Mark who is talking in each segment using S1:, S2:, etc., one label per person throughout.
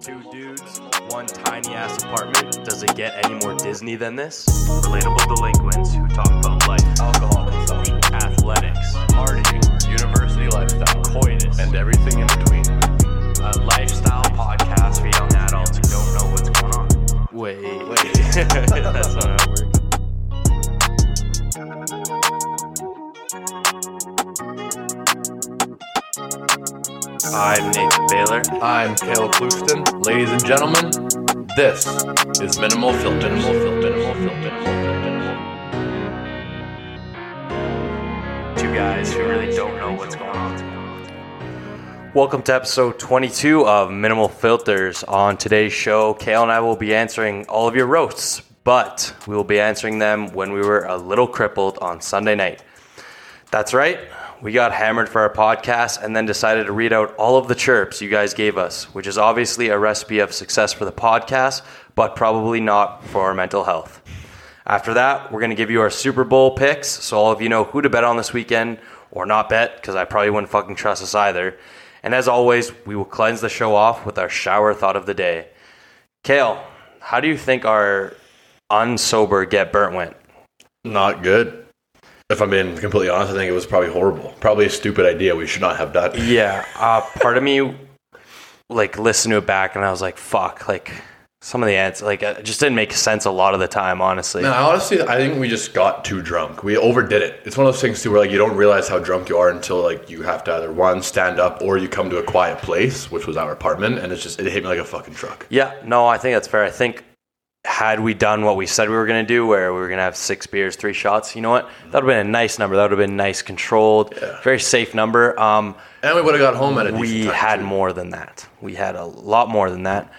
S1: Two dudes, one tiny ass apartment. Does it get any more Disney than this? Relatable delinquents who talk about life, alcohol consumption, athletics, partying, university lifestyle, coitus, and everything in between. A lifestyle podcast for young adults who don't know what's going on. Wait, wait. That's not how it works. I'm Nathan Baylor.
S2: I'm Caleb Clouston. Ladies and gentlemen, this is Minimal Filter. Minimal Filter. Minimal Filter. Minimal
S1: two guys who really don't know what's going on. Welcome to episode 22 of Minimal Filters. On today's show, Kale and I will be answering all of your roasts, but we will be answering them when we were a little crippled on Sunday night. That's right, we got hammered for our podcast and then decided to read out all of the chirps you guys gave us, which is obviously a recipe of success for the podcast, but probably not for our mental health. After that, we're going to give you our Super Bowl picks, so all of you know who to bet on this weekend or not bet, because I probably wouldn't fucking trust us either. And as always, we will cleanse the show off with our shower thought of the day. Kale, how do you think our unsober get burnt went?
S2: Filter. Not good. If I'm being completely honest, I think it was probably horrible. Probably a stupid idea. We should not have done.
S1: Yeah, uh, part of me like listened to it back and I was like, fuck, like some of the answers like it just didn't make sense a lot of the time, honestly.
S2: No, honestly, I think we just got too drunk. We overdid it. It's one of those things too, where like you don't realize how drunk you are until like you have to either one stand up or you come to a quiet place, which was our apartment, and it's just it hit me like a fucking truck.
S1: Yeah, no, I think that's fair. I think had we done what we said we were going to do, where we were going to have six beers, three shots, you know what? That would have been a nice number. That would have been nice, controlled, very safe number. Um,
S2: And we would have got home at a
S1: we
S2: decent time,
S1: had
S2: too.
S1: more than that. We had a lot more than that.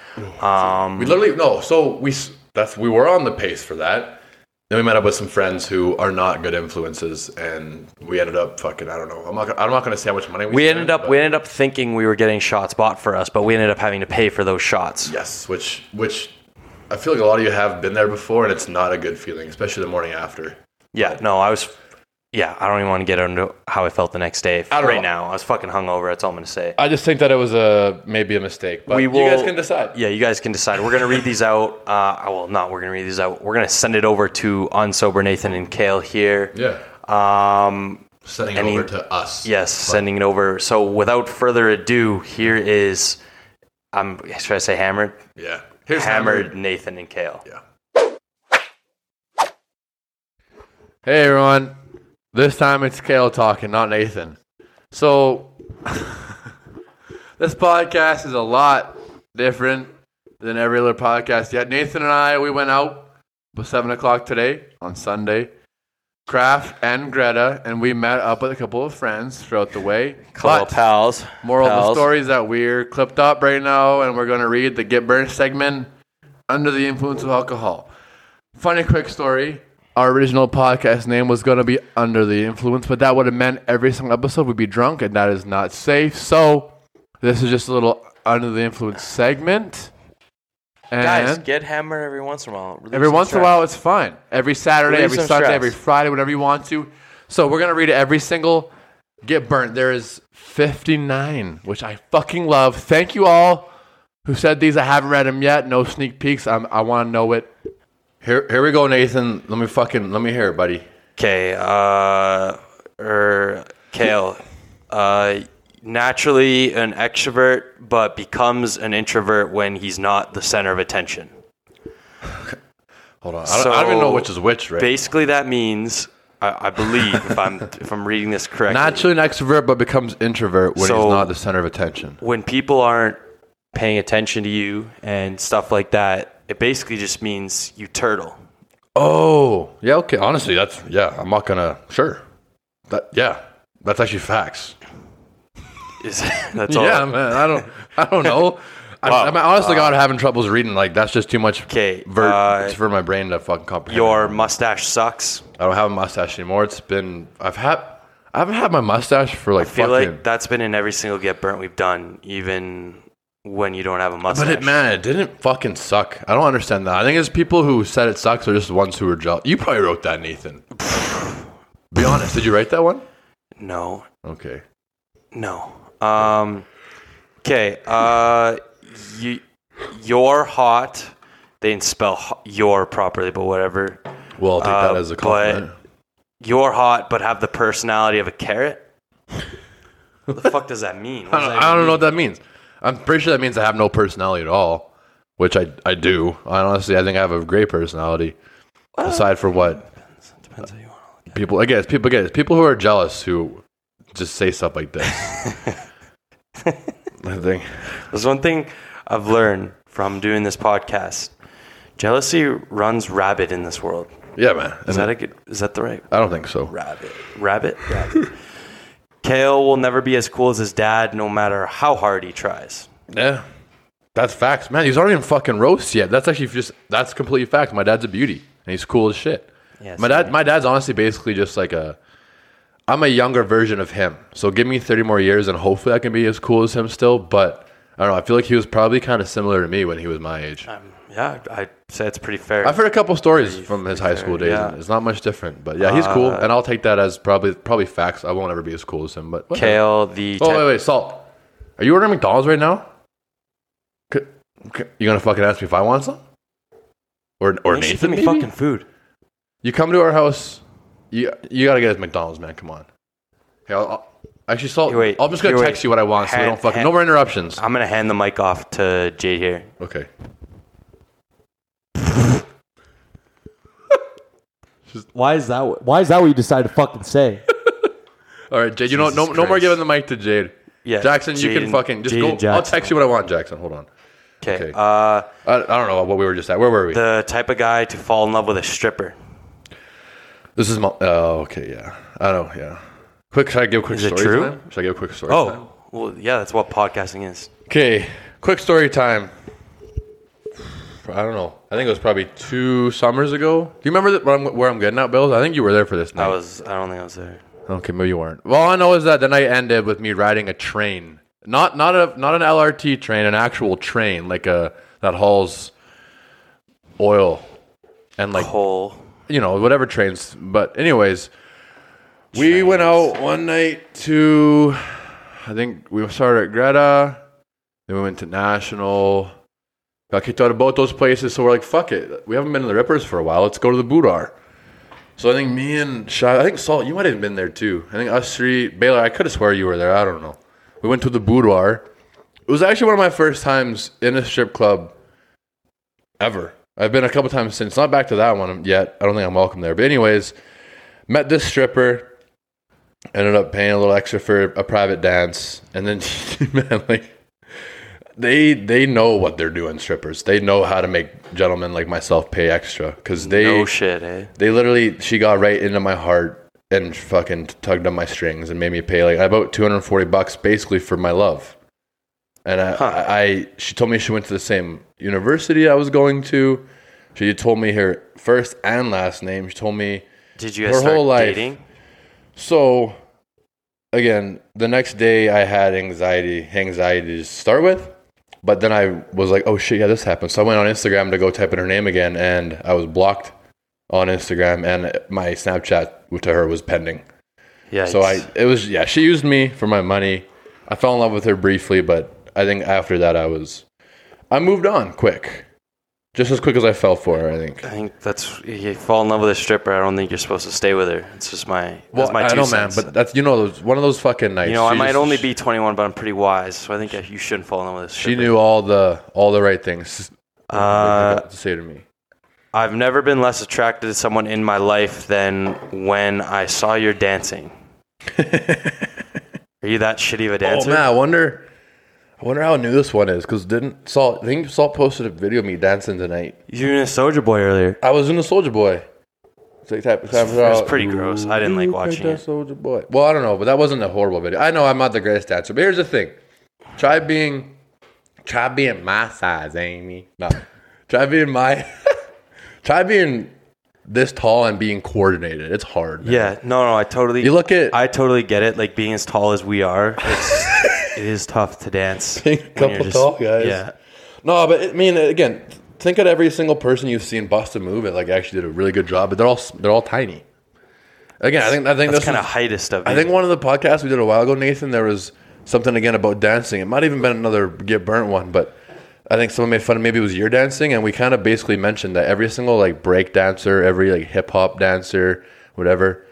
S1: Um,
S2: We literally no. So we s- that's we were on the pace for that. Then we met up with some friends who are not good influences, and we ended up fucking. I don't know. I'm not. gonna- I'm not going to say how much money we.
S1: we
S2: spent,
S1: ended up
S2: but-
S1: we ended up thinking we were getting shots bought for us, but we ended up having to pay for those shots.
S2: yes, which which I feel like a lot of you have been there before, and it's not a good feeling, especially the morning after.
S1: Yeah, no, I was. Yeah, I don't even want to get into how I felt the next day.
S2: At
S1: Right
S2: all.
S1: now, I was fucking hungover. That's all I'm gonna say.
S2: I just think that it was a maybe a mistake, but
S1: we will,
S2: you guys can decide.
S1: Yeah, you guys can decide. We're gonna read these out. Uh, well, not we're gonna read these out. We're gonna send it over to Unsober Nathan and Kale here.
S2: Yeah.
S1: Um,
S2: Sending
S1: any-
S2: over to us.
S1: yes, sending it over. So without further ado, here is I'm should I say hammered,
S2: Yeah. Here's
S1: hammered, Nathan and Kale.
S2: Yeah.
S3: Hey everyone, this time it's Kale talking, not Nathan. So, this podcast is a lot different than every other podcast. Yet Nathan and I, we went out at seven o'clock today on Sunday. Kraft and Greta, and we met up with a couple of friends throughout the way.
S1: Hello,
S3: But
S1: pals.
S3: moral of the
S1: Pals.
S3: story is that we're clipped up right now, and we're going to read the Get Burned segment under the influence of alcohol. Funny quick story. Our original podcast name was going to be Under the Influence, but that would have meant every single episode would be drunk, and that is not safe. So, this is just a little Under the Influence segment. And
S1: Guys, get hammered every once in a while. Release
S3: every
S1: some
S3: once in a
S1: stress.
S3: while, it's fine. Every Saturday,
S1: Relieve
S3: every
S1: some
S3: Sunday,
S1: stress.
S3: every Friday, whenever you want to. So, we're going to read every single Get Burnt. There is 59, which I fucking love. Thank you all who said these. I haven't read them yet. No sneak peeks. I'm, I want to know it.
S2: Here, here we go, Nathan. Let me fucking let me hear it, buddy.
S1: Okay, uh, or Kale, uh, naturally an extrovert, but becomes an introvert when he's not the center of attention.
S2: Hold on. I don't, I don't even know which is which, right?
S1: Basically, that means I, I believe if I'm if I'm reading this correctly,
S2: Naturally an extrovert, but becomes introvert when
S1: So-
S2: he's not the center of attention.
S1: when people aren't paying attention to you and stuff like that, it basically just means you turtle.
S2: Oh, yeah. Okay. Honestly, that's yeah. I'm not gonna. Sure. That yeah. That's actually facts.
S1: Is that's all?
S2: Yeah, man. I don't. I don't know. I,
S1: Wow.
S2: I'm honestly God having troubles reading. Like that's just too much.
S1: 'Kay,
S2: Ver-
S1: uh,
S2: it's for my brain to fucking comprehend.
S1: Your mustache sucks.
S2: I don't have a mustache anymore. It's been. I've had. I haven't had my mustache for like
S1: I feel
S2: fucking.
S1: like that's been in every single get burnt we've done, even when you don't have a mustache.
S2: but it man, it didn't fucking suck. I don't understand that. I think it's people who said it sucks are just the ones who were jealous. You probably wrote that, Nathan. Be honest. Did you write that one?
S1: No,
S2: Okay.
S1: no. Um, okay. Uh, you your hot. They didn't spell ho- your properly, but whatever.
S2: Well, I'll take
S1: Uh,
S2: that as a
S1: but-
S2: compliment.
S1: You're hot, but have the personality of a carrot. What the fuck does that mean? What
S2: I
S1: does
S2: don't,
S1: that
S2: I don't
S1: mean?
S2: know what that means. I'm pretty sure that means I have no personality at all, which I, I do. I honestly, I think I have a great personality. Aside from what
S1: Depends how you want to look at
S2: people, I guess people get people who are jealous who just say stuff like this. I think
S1: it. There's one thing I've learned from doing this podcast. Jealousy runs rabbit in this world.
S2: Yeah, man.
S1: Is that a good, is that the right
S2: I don't think so.
S1: rabbit? Rabbit. rabbit. Kale will never be as cool as his dad, no matter how hard he tries.
S2: Yeah. That's facts, man. He's already in fucking roast yet. That's actually just that's completely fact. My dad's a beauty and he's cool as shit.
S1: Yes,
S2: my dad my dad's honestly basically just like a I'm a younger version of him. So give me 30 more years and hopefully I can be as cool as him still, but I don't know. I feel like he was probably kind of similar to me when he was my age.
S1: Um, yeah, I'd say it's pretty fair.
S2: I've heard a couple stories from his high school days.
S1: yeah.
S2: And it's not much different, but yeah, he's cool, and I'll take that as probably probably facts. I won't ever be as cool as him, but whatever.
S1: Kale, the
S2: Oh
S1: tech-
S2: wait, wait, salt. Are you ordering McDonald's right now? C- c- You gonna fucking ask me if I want some? Or or
S1: You should
S2: Nathan?
S1: give
S2: Maybe?
S1: me fucking food.
S2: You come to our house. You you gotta get us McDonald's, man. Come on. Hey, I'll, I'll- actually, salt.
S1: Hey, wait.
S2: I'm just gonna
S1: Hey, Uh, wait.
S2: text you what I want, so we
S1: Hand-
S2: don't fucking
S1: hand-
S2: no more interruptions.
S1: I'm gonna hand the mic off to Jade here.
S2: Okay.
S4: Why is that? what- Why is that what you decide to fucking say?
S2: All right, Jade. You know, no,
S1: Jesus
S2: no more
S1: Christ.
S2: giving the mic to Jade.
S1: Yeah,
S2: Jackson, you
S1: Jade
S2: can
S1: and-
S2: fucking just
S4: Jade
S2: go.
S4: and
S2: I'll
S4: Jackson.
S2: text you what I want, Jackson. Hold on.
S1: Okay.
S2: Okay.
S1: Uh,
S2: I, I don't know what we were just at. Where were we?
S1: the type of guy to fall in love with a stripper.
S2: This is my. Oh, okay, yeah. I know, yeah. Quick, should I give a quick
S1: Is it
S2: story
S1: true?
S2: time? Should I give a quick story time?
S1: Oh, well, yeah, that's what podcasting is.
S2: Okay, quick story time. I don't know. I think it was probably two summers ago. Do you remember that where, I'm, where I'm getting at, Bills? I think you were there for this night.
S1: I was. I don't think I was there.
S2: Okay, maybe you weren't. Well, all I know is that the night ended with me riding a train, not not a not an LRT train, an actual train, like a that hauls oil and like
S1: Whole.
S2: you know, whatever trains. But anyways, we went out one night to, I think we started at Greta, then we went to National. Got kicked out of both those places, so we're like, "Fuck it, we haven't been to the Rippers for a while. Let's go to the Budar." So I think me and Shy, I think Salt, you might have been there too. I think us three, Baylor, I could have swear you were there. I don't know. We went to the boudoir. It was actually one of my first times in a strip club ever. I've been a couple times since. Not back to that one yet. I don't think I'm welcome there. But anyways, met this stripper. Ended up paying a little extra for a private dance, and then man, like they they know what they're doing. Strippers, they know how to make gentlemen like myself pay extra because they
S1: No shit, eh?
S2: they literally, she got right into my heart and fucking tugged on my strings and made me pay like about 240 bucks basically for my love. And I, I, I, she told me she went to the same university I was going to. She told me her first and last name. She told me
S1: Did you
S2: Her
S1: guys start
S2: whole life.
S1: dating?
S2: so again, the next day I had anxiety, anxiety to start with, but then I was like, "Oh shit, yeah, this happened." So I went on Instagram to go type in her name again, and I was blocked on Instagram, and my Snapchat to her was pending.
S1: Yeah.
S2: So I, it was yeah, she used me for my money. I fell in love with her briefly, but I think after that I was, I moved on quick, just as quick as I fell for her. I think.
S1: I think that's you fall in love with a stripper. I don't think you're supposed to stay with her. It's just my. That's my two
S2: I know,
S1: cents.
S2: man, but that's you know, those, one of those fucking nights.
S1: you know, I
S2: she
S1: might
S2: just-
S1: only be 21, but I'm pretty wise, so I think you shouldn't fall in love with a stripper.
S2: She knew all the all the right things
S1: Uh,
S2: to say to me.
S1: I've never been less attracted to someone in my life than when I saw your dancing. Are you that shitty of a
S2: Oh
S1: dancer?
S2: man, I wonder, I wonder how new this one is because didn't Salt? I think Salt posted a video of me dancing tonight.
S1: you were in a Soldier Boy earlier.
S2: I was in the Soldier Boy. It's like type, type
S1: It was pretty gross. I didn't like watching it.
S2: Soldier Boy. Well, I don't know, but that wasn't a horrible video. I know I'm not the greatest dancer, but here's the thing: try being, try being my size, Amy. No, try being my, try being this tall and being coordinated. It's hard. man.
S1: Yeah, no, no, I totally.
S2: You look at
S1: I totally get it. Like being as tall as we are, it's, it is tough to dance.
S2: Being a
S1: when you're
S2: couple tall guys.
S1: Yeah,
S2: No, but I mean, again, think of every single person you've seen bust a move. It like actually did a really good job, but they're all they're all tiny. Again, I think I think
S1: that's
S2: this
S1: kind of
S2: is-
S1: heightest of.
S2: I
S1: you.
S2: think one of the podcasts we did a while ago, Nathan, there was something again about dancing. It might have even been another get burnt one, but I think someone made fun of maybe it was your dancing, and we kind of basically mentioned that every single like break dancer, every like hip hop dancer, whatever,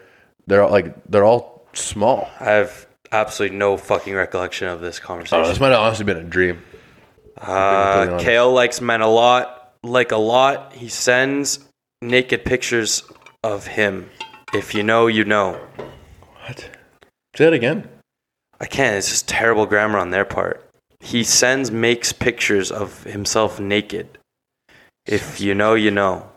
S2: they're all, like they're all small.
S1: I have absolutely no fucking recollection of this
S2: I don't know, this
S1: conversation.
S2: might have honestly been a dream.
S1: Uh,
S2: honest.
S1: Kale likes men a lot, like a lot. He sends naked pictures of him. If you know, you know.
S2: What? Say that again.
S1: I can't. It's just terrible grammar on their part. He sends makes pictures of himself naked. If you know, you know.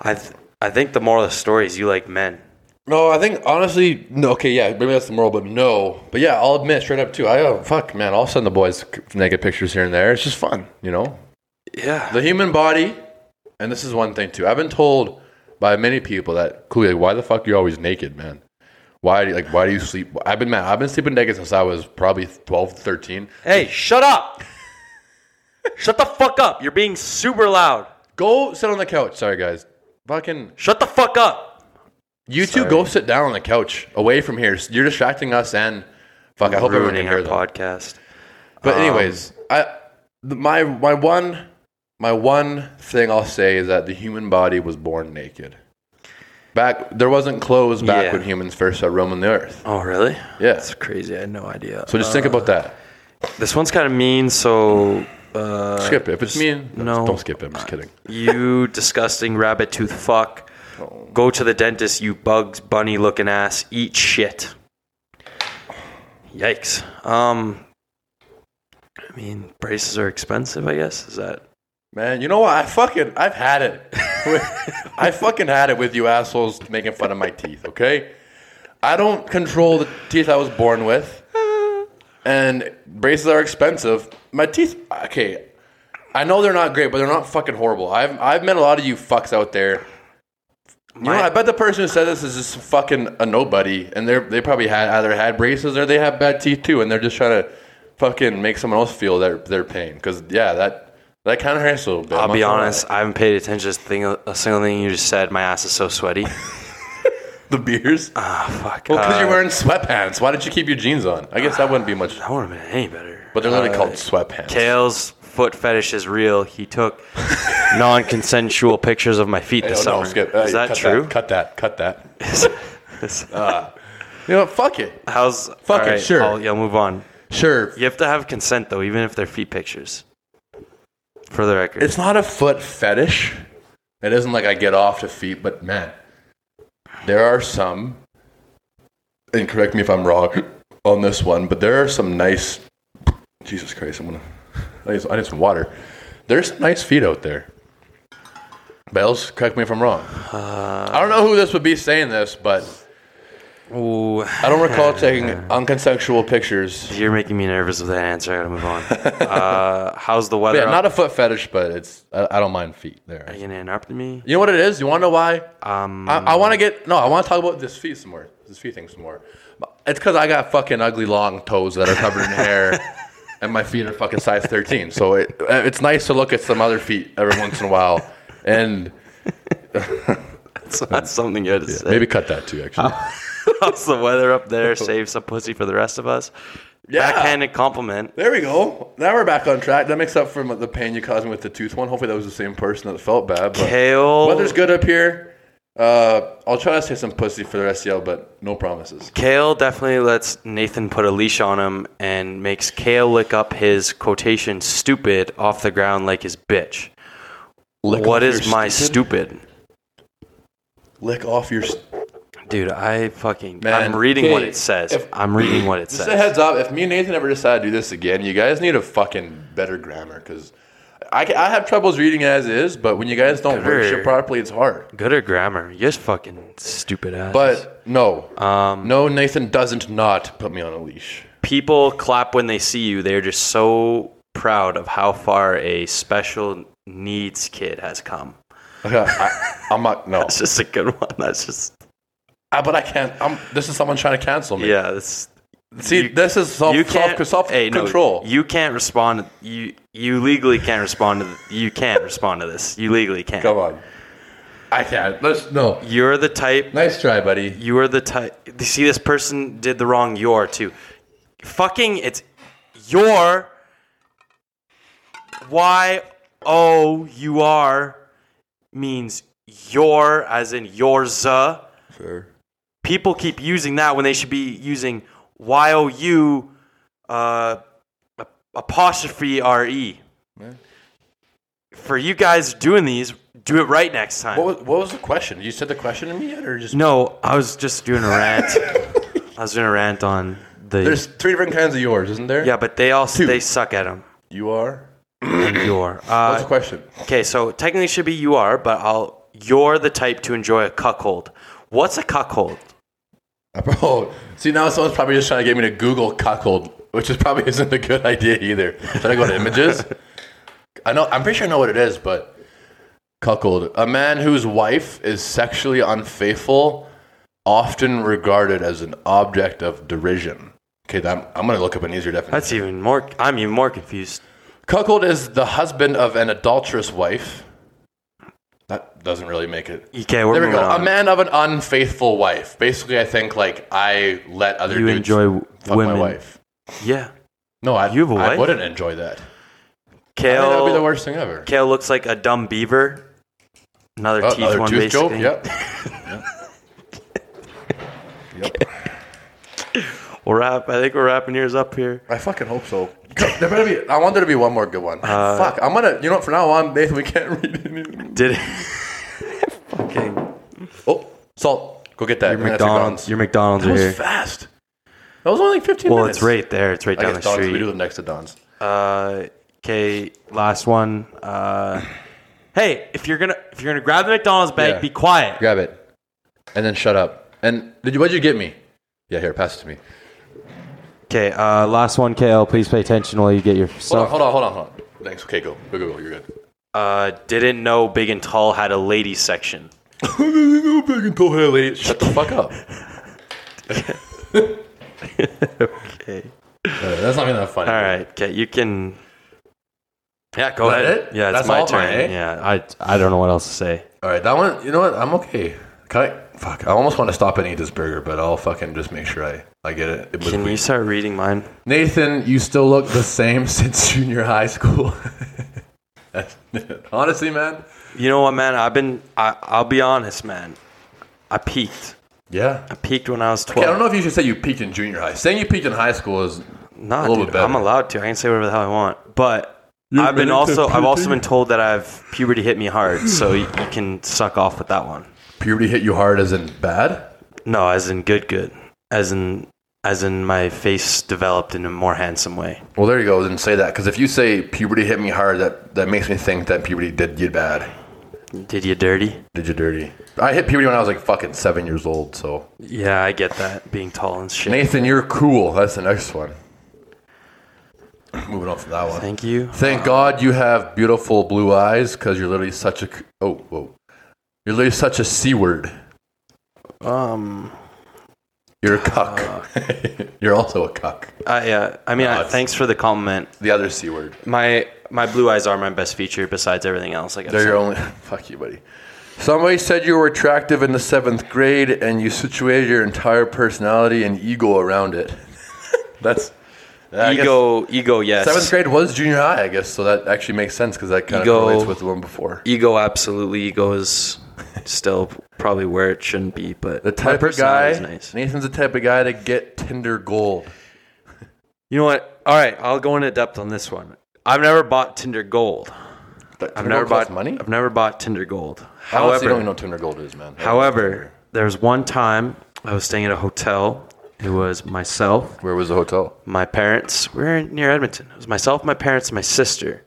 S1: I th- I think the moral of the story is you like men.
S2: No, I think honestly, no. Okay, yeah, maybe that's the moral, but no, but yeah, I'll admit straight up too. I uh, fuck, man, I'll send the boys naked pictures here and there. It's just fun, you know.
S1: Yeah.
S2: The human body, and this is one thing too. I've been told by many people that cool, like, why the fuck are you always naked, man? Why do you, like why do you sleep? I've been man, I've been sleeping naked since I was probably 12, 13.
S1: Hey, shut up. shut the fuck up. You're being super loud.
S2: Go sit on the couch. Sorry guys. Fucking
S1: Shut the fuck up.
S2: you two go sit down on the couch away from here. You're distracting us and fuck, I hope everyone can
S1: Ruining
S2: hear
S1: our
S2: that.
S1: podcast.
S2: But anyways, I the, my my one my one thing I'll say is that the human body was born naked. Back there wasn't clothes back
S1: Yeah.
S2: when humans first started roaming the earth.
S1: Oh, really?
S2: Yeah.
S1: That's crazy. I had no idea.
S2: So just think about that.
S1: this one's kind of mean, so. Uh,
S2: Skip it. If it's mean,
S1: no.
S2: don't skip it. I'm just kidding.
S1: You disgusting rabbit tooth fuck. Go to the dentist, you bugs bunny looking ass. Eat shit. Yikes. Um I mean, braces are expensive, I guess. Is that
S2: Man, you know what? I fucking I've had it. I fucking had it with you assholes making fun of my teeth, okay? I don't control the teeth I was born with. And braces are expensive. My teeth okay. I know they're not great, but they're not fucking horrible. I've I've met a lot of you fucks out there. You know,
S1: My-
S2: I bet the person who said this is just fucking a nobody, and they are they probably had either had braces or they have bad teeth too, and they're just trying to fucking make someone else feel their their pain. Because yeah, that that kind of hurts a little bit.
S1: I'll
S2: I'm
S1: be
S2: not gonna
S1: honest, I haven't paid attention to a, thing, a single thing you just said. My ass is so sweaty.
S2: lie. the beers.
S1: Ah, fuck.
S2: well, because
S1: Uh,
S2: you're wearing sweatpants. Why did you keep your jeans on? I guess that wouldn't be much.
S1: That wouldn't have been any better.
S2: But they're literally
S1: Uh,
S2: called sweatpants.
S1: Kale's foot fetish is real. He took non consensual pictures of my feet
S2: Hey,
S1: this
S2: oh, no,
S1: summer.
S2: skip.
S1: is
S2: Hey,
S1: that
S2: cut
S1: true?
S2: Cut that. Cut that.
S1: Is-
S2: You know, what? fuck it.
S1: uh, How's
S2: Fuck it,
S1: alright,
S2: sure.
S1: I'll, yeah, I'll move on.
S2: Sure.
S1: You have to have consent though, even if they're feet pictures. For the record,
S2: It's not a foot fetish. It isn't like I get off to feet, but man, there are some, and correct me if I'm wrong on this one, but there are some nice. Jesus Christ, I'm gonna. I need some, I need some water. There's some nice feet out there. Bells, correct me if I'm wrong. I don't know who this would be saying this, but
S1: Ooh,
S2: I don't recall taking unconsensual pictures.
S1: you're making me nervous with that answer. I gotta move on. uh, how's the
S2: But
S1: weather?
S2: yeah, not a foot fetish, but it's I, I don't mind feet
S1: Are
S2: there.
S1: you gonna interrupt me?
S2: You know what it is? You want to know why?
S1: Um,
S2: I, I want to get no. I want to talk about this feet some more. This feet thing some more. It's because I got fucking ugly long toes that are covered in hair, and my feet are fucking size thirteen. So it uh, it's nice to look at some other feet every once in a while, and
S1: that's, that's something you had to say.
S2: maybe cut that too. Actually,
S1: How's the weather up there? Save some pussy for the rest of us.
S2: Yeah.
S1: Backhanded compliment.
S2: there we go. Now we're back on track. That makes up for the pain you caused me with the tooth one. Hopefully, that was the same person that felt bad. But
S1: Kale.
S2: weather's good up here. Uh, I'll try to say some pussy for the rest of y'all, but no promises.
S1: Kale definitely lets Nathan put a leash on him and makes Kale lick up his quotation stupid off the ground like his bitch.
S2: Lick
S1: what
S2: off
S1: is
S2: your
S1: my
S2: stupid-
S1: stupid?
S2: Lick off your. St-
S1: Dude, I fucking.
S2: Man.
S1: I'm reading what
S2: Okay,
S1: it says.
S2: if-
S1: I'm reading what it
S2: Just a
S1: says.
S2: heads up, if me and Nathan ever decide to do this again, you guys need a fucking better grammar because I, ca- I have troubles reading as is, but when you guys don't
S1: Better.
S2: work shit properly, it's hard.
S1: Good at grammar. You're just fucking stupid ass.
S2: But no,
S1: Um,
S2: no, Nathan doesn't not put me on a leash.
S1: people clap when they see you. They're just so proud of how far a special needs kid has come.
S2: I, am not no,
S1: That's just a good one. That's just.
S2: I, but I can't. I'm, this is someone trying to cancel me.
S1: Yeah, that's.
S2: See,
S1: you-
S2: this is self
S1: you
S2: self,
S1: can't
S2: self
S1: hey, no,
S2: control.
S1: you can't respond. You you legally can't respond to. th- you can't respond to this. You legally can't.
S2: Come on, I can't. Let's no.
S1: You're the type
S2: Nice try, buddy.
S1: You are the type. See, this person did the wrong your too. Fucking, it's your. Y O U R means your, as in yours. uh.
S2: Sure.
S1: People keep using that when they should be using Y O U uh, a- apostrophe R E. For you guys doing these, do it right next time.
S2: What was, what was the question? You said the question to me yet, or just
S1: No, I was just doing a rant. I was doing a rant on the.
S2: There's three different kinds of yours, isn't there?
S1: yeah, but they all they suck at them.
S2: You are.
S1: Your.
S2: What's
S1: Uh,
S2: the question?
S1: okay, so technically it should be you are, but I'll. You're the type to enjoy a cuckold. What's a cuckold?
S2: Oh, see now someone's probably just trying to get me to Google cuckold, which is probably isn't a good idea either. Should I go to images? I know. I'm pretty sure I know what it is, but cuckold, a man whose wife is sexually unfaithful, often regarded as an object of derision. Okay, I'm, I'm gonna look up an easier definition.
S1: That's even more. I'm even more confused.
S2: Cuckold is the husband of an adulterous wife. That doesn't really make it.
S1: Okay, we're
S2: There we
S1: moving
S2: go.
S1: on.
S2: A man of an unfaithful wife. Basically, I think like I let other
S1: You
S2: dudes
S1: enjoy w-
S2: fuck
S1: women.
S2: my wife.
S1: Yeah.
S2: No, I,
S1: You have a
S2: I
S1: wife?
S2: wouldn't enjoy that. I think that would be the
S1: Kale.
S2: worst thing ever.
S1: Kale looks like a dumb beaver. Another
S2: Oh,
S1: teeth
S2: another
S1: one,
S2: tooth joke.
S1: basically.
S2: Yep.
S1: We'll wrap. I think we're wrapping yours up here.
S2: I fucking hope so. There better be. I want there to be one more good one.
S1: Uh,
S2: Fuck. I'm gonna. You know what? From now on, Nathan, we can't read it. anymore.
S1: Did it? fucking.
S2: Oh, salt. Go get that.
S1: Your
S2: I mean, that's
S1: McDonald's.
S2: Your
S1: Your McDonald's
S2: Don's.
S1: are
S2: That
S1: here.
S2: was fast. That was only like 15
S1: Well,
S2: minutes.
S1: it's right there. It's right
S2: I
S1: down
S2: guess
S1: the
S2: Don's. We do
S1: street.
S2: the next to Don's.
S1: Uh, Okay, last one. Uh, hey, if you're gonna if you're gonna grab the McDonald's bag,
S2: Yeah.
S1: be quiet.
S2: Grab it, and then shut up. And did you? What'd you get me? Yeah, here, pass it to me.
S1: Okay,
S4: Uh,
S1: uh,
S4: last one, KL. Please pay attention while you get your
S2: Hold on,
S4: stuff.
S2: hold on, hold on, hold on. Thanks. Okay, go, go, go. go. You're good.
S1: uh, didn't know Big and Tall had a ladies section.
S2: Shut the fuck up.
S1: Okay.
S2: Uh, that's not even that funny.
S1: All right. Okay, you can. Yeah, go
S2: Is that
S1: ahead.
S2: it?
S1: Yeah, it's
S2: That's
S1: my
S2: all
S1: turn.
S2: mine, eh?
S1: Yeah, I I don't know what else to say.
S2: all right. That one. You know what? I'm okay. Can I? Fuck. I almost want to stop and eat this burger, but I'll fucking just make sure I I get it. It was
S1: Can you
S2: weak.
S1: start reading mine?
S2: Nathan, you still look the same since junior high school. That's- Honestly, man.
S1: You know what, man? I've been. I, I'll be honest, man. I peaked.
S2: Yeah.
S1: I peaked when I was twelve.
S2: Okay, I don't know if you should say you peaked in junior high. Saying you peaked in high school is
S1: No,
S2: A little
S1: dude,
S2: bit better.
S1: I'm allowed to. I can say whatever the hell I want. But I've been also I've also been told that I've puberty hit me hard, so you, you can suck off with that one.
S2: puberty hit you hard as in bad.
S1: No, as in good, good, as in as in my face developed in a more handsome way.
S2: Well, there you go. Then say that because if you say puberty hit me hard, that that makes me think that puberty did you bad,
S1: Did you dirty?
S2: did you dirty. I hit puberty when I was like fucking seven years old. So
S1: Yeah, I get that being tall and shit.
S2: Nathan, you're cool. That's the next one. Moving on from that one.
S1: Thank you.
S2: Thank God you have beautiful blue eyes because you're literally such a c- oh whoa, you're literally such a c word.
S1: Um,
S2: You're a cuck. you're also a cuck.
S1: I, yeah, I mean, I,
S2: it's-
S1: thanks for the compliment.
S2: The other c word.
S1: My my blue eyes are my best feature besides everything else. Like
S2: They're your only. Fuck you, buddy. Somebody said you were attractive in the seventh grade, and you situated your entire personality and ego around it. That's I guess
S1: ego, ego, yes.
S2: Seventh grade was junior high, I guess, so that actually makes sense because that kind of
S1: Ego.
S2: correlates with the one before.
S1: ego absolutely ego is still probably where it shouldn't be but
S2: The type of guy,
S1: personality is nice
S2: Nathan's the type of guy to get Tinder gold.
S1: you know what all right i'll go into depth on this one i've never bought tinder gold i've never bought
S2: money.
S1: i've never bought tinder gold
S2: However, you
S1: however
S2: don't even know what Tinder gold is, man.
S1: however there was one time i was staying at a hotel it was myself
S2: where was the hotel?
S1: my parents we were in- near edmonton it was myself my parents and my sister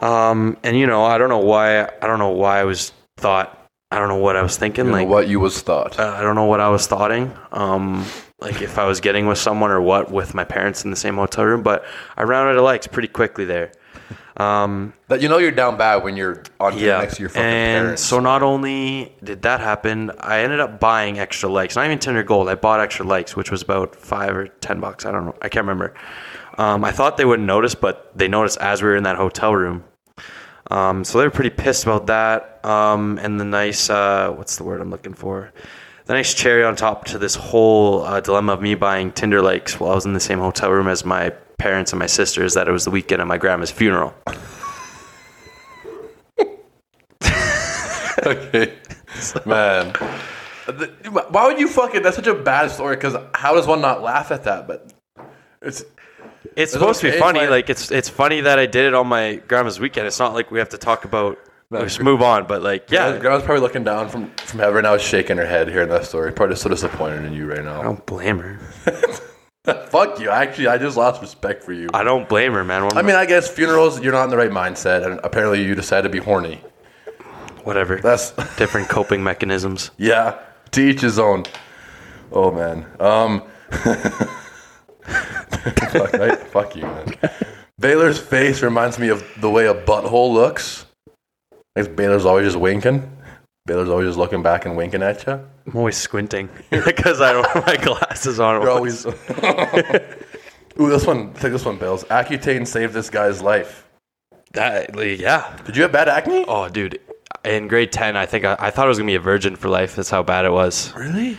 S1: um, and you know i don't know why i don't know why i was thought i don't know what i was thinking
S2: You know
S1: like
S2: what you was thought.
S1: uh, I don't know what I was thoughting. Um, like if I was getting with someone or what with my parents in the same hotel room, but I rounded a likes pretty quickly there. Um,
S2: that you know you're down bad when you're on to-
S1: yeah,
S2: next to your fucking
S1: and
S2: parents.
S1: so not only did that happen, I ended up buying extra likes. Not even Tinder Gold. I bought extra likes, which was about five or ten bucks. I don't know. I can't remember. Um, I thought they wouldn't notice, but they noticed as we were in that hotel room. Um, so they were pretty pissed about that. Um, and the nice, uh, what's the word I'm looking for? The nice cherry on top to this whole uh, dilemma of me buying Tinder likes while I was in the same hotel room as my parents and my sister is that it was the weekend of my grandma's funeral.
S2: okay.
S5: Man.
S2: The- Why would you fucking? That's such a bad story. Because how does one not laugh at that? But it's
S1: It's supposed to be
S2: okay,
S1: funny.
S2: but-
S1: Like it's it's funny that I did it on my grandma's weekend. It's not like we have to talk about. Let's move on. But like,
S2: yeah.
S1: yeah,
S2: Grandma's probably looking down from from heaven. Now shaking her head hearing that story. Probably so disappointed in you right
S1: I
S2: now.
S1: don't blame her.
S2: Fuck you. Actually, I just lost respect for you.
S1: I don't blame her, man. One-
S2: I mean, I guess funerals. You're not in the right mindset, and apparently you decided to be horny.
S1: whatever.
S2: That's
S1: Different coping mechanisms.
S2: yeah. To each his own. Oh man. Um. fuck, I- fuck you, man. Baylor's face reminds me of the way a butthole looks. I guess Baylor's always just winking. Baylor's always just looking back and winking at you.
S1: I'm always squinting because I don't have my glasses on.
S2: You're always. Ooh, this one. Take this one, Bales. Accutane saved this guy's life.
S1: That- like, yeah.
S2: Did you have bad acne?
S1: Oh, dude. In grade ten, I think I, I thought I was gonna be a virgin for life. That's how bad it was.
S2: really?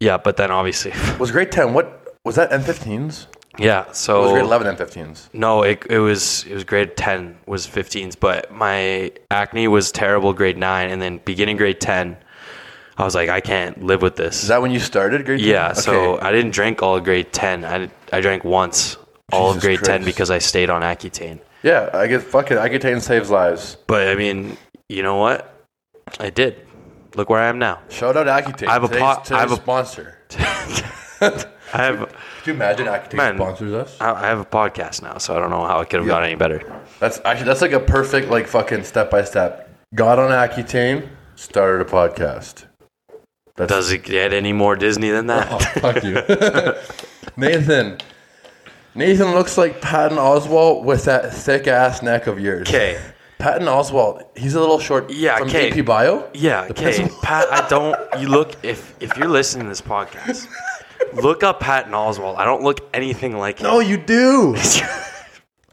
S1: Yeah, but then obviously,
S2: Was grade ten? What was that? M15s?
S1: yeah. So
S2: It was grade eleven M15s.
S1: No, it, it was it was grade ten was 15s, but my acne was terrible grade nine, and then beginning grade ten, I was like, I can't live with this.
S2: Is that when you started grade? 10?
S1: yeah, so
S2: Okay.
S1: I didn't drink all of grade ten. I, I drank once all of
S2: Jesus
S1: grade ten
S2: Christ.
S1: because I stayed on Accutane.
S2: yeah, I get fucking Accutane saves lives.
S1: But I mean, you know what? I did. Look where I am now.
S2: Shout out Accutane.
S1: I have a
S2: Today's-
S1: pot- I have
S2: today's
S1: a-
S2: sponsor.
S1: I have
S2: Could you imagine Accutane
S1: Man.
S2: sponsors us?
S1: I I have a podcast now, so I don't know how it could have got any better.
S2: That's actually that's like a perfect like fucking step by step. Got on Accutane, started a podcast.
S1: Does it get any more Disney than that?
S2: Oh, fuck you, Nathan. Nathan looks like Patton Oswalt with that thick ass neck of yours.
S1: Okay.
S2: Patton Oswalt, he's a little short.
S1: Yeah,
S2: from
S1: okay.
S2: AP Bio.
S1: Yeah, okay.
S2: principal-
S1: Pat, I don't. You look if if you're listening to this podcast, look up Patton Oswald. I don't look anything like him.
S2: No, you do.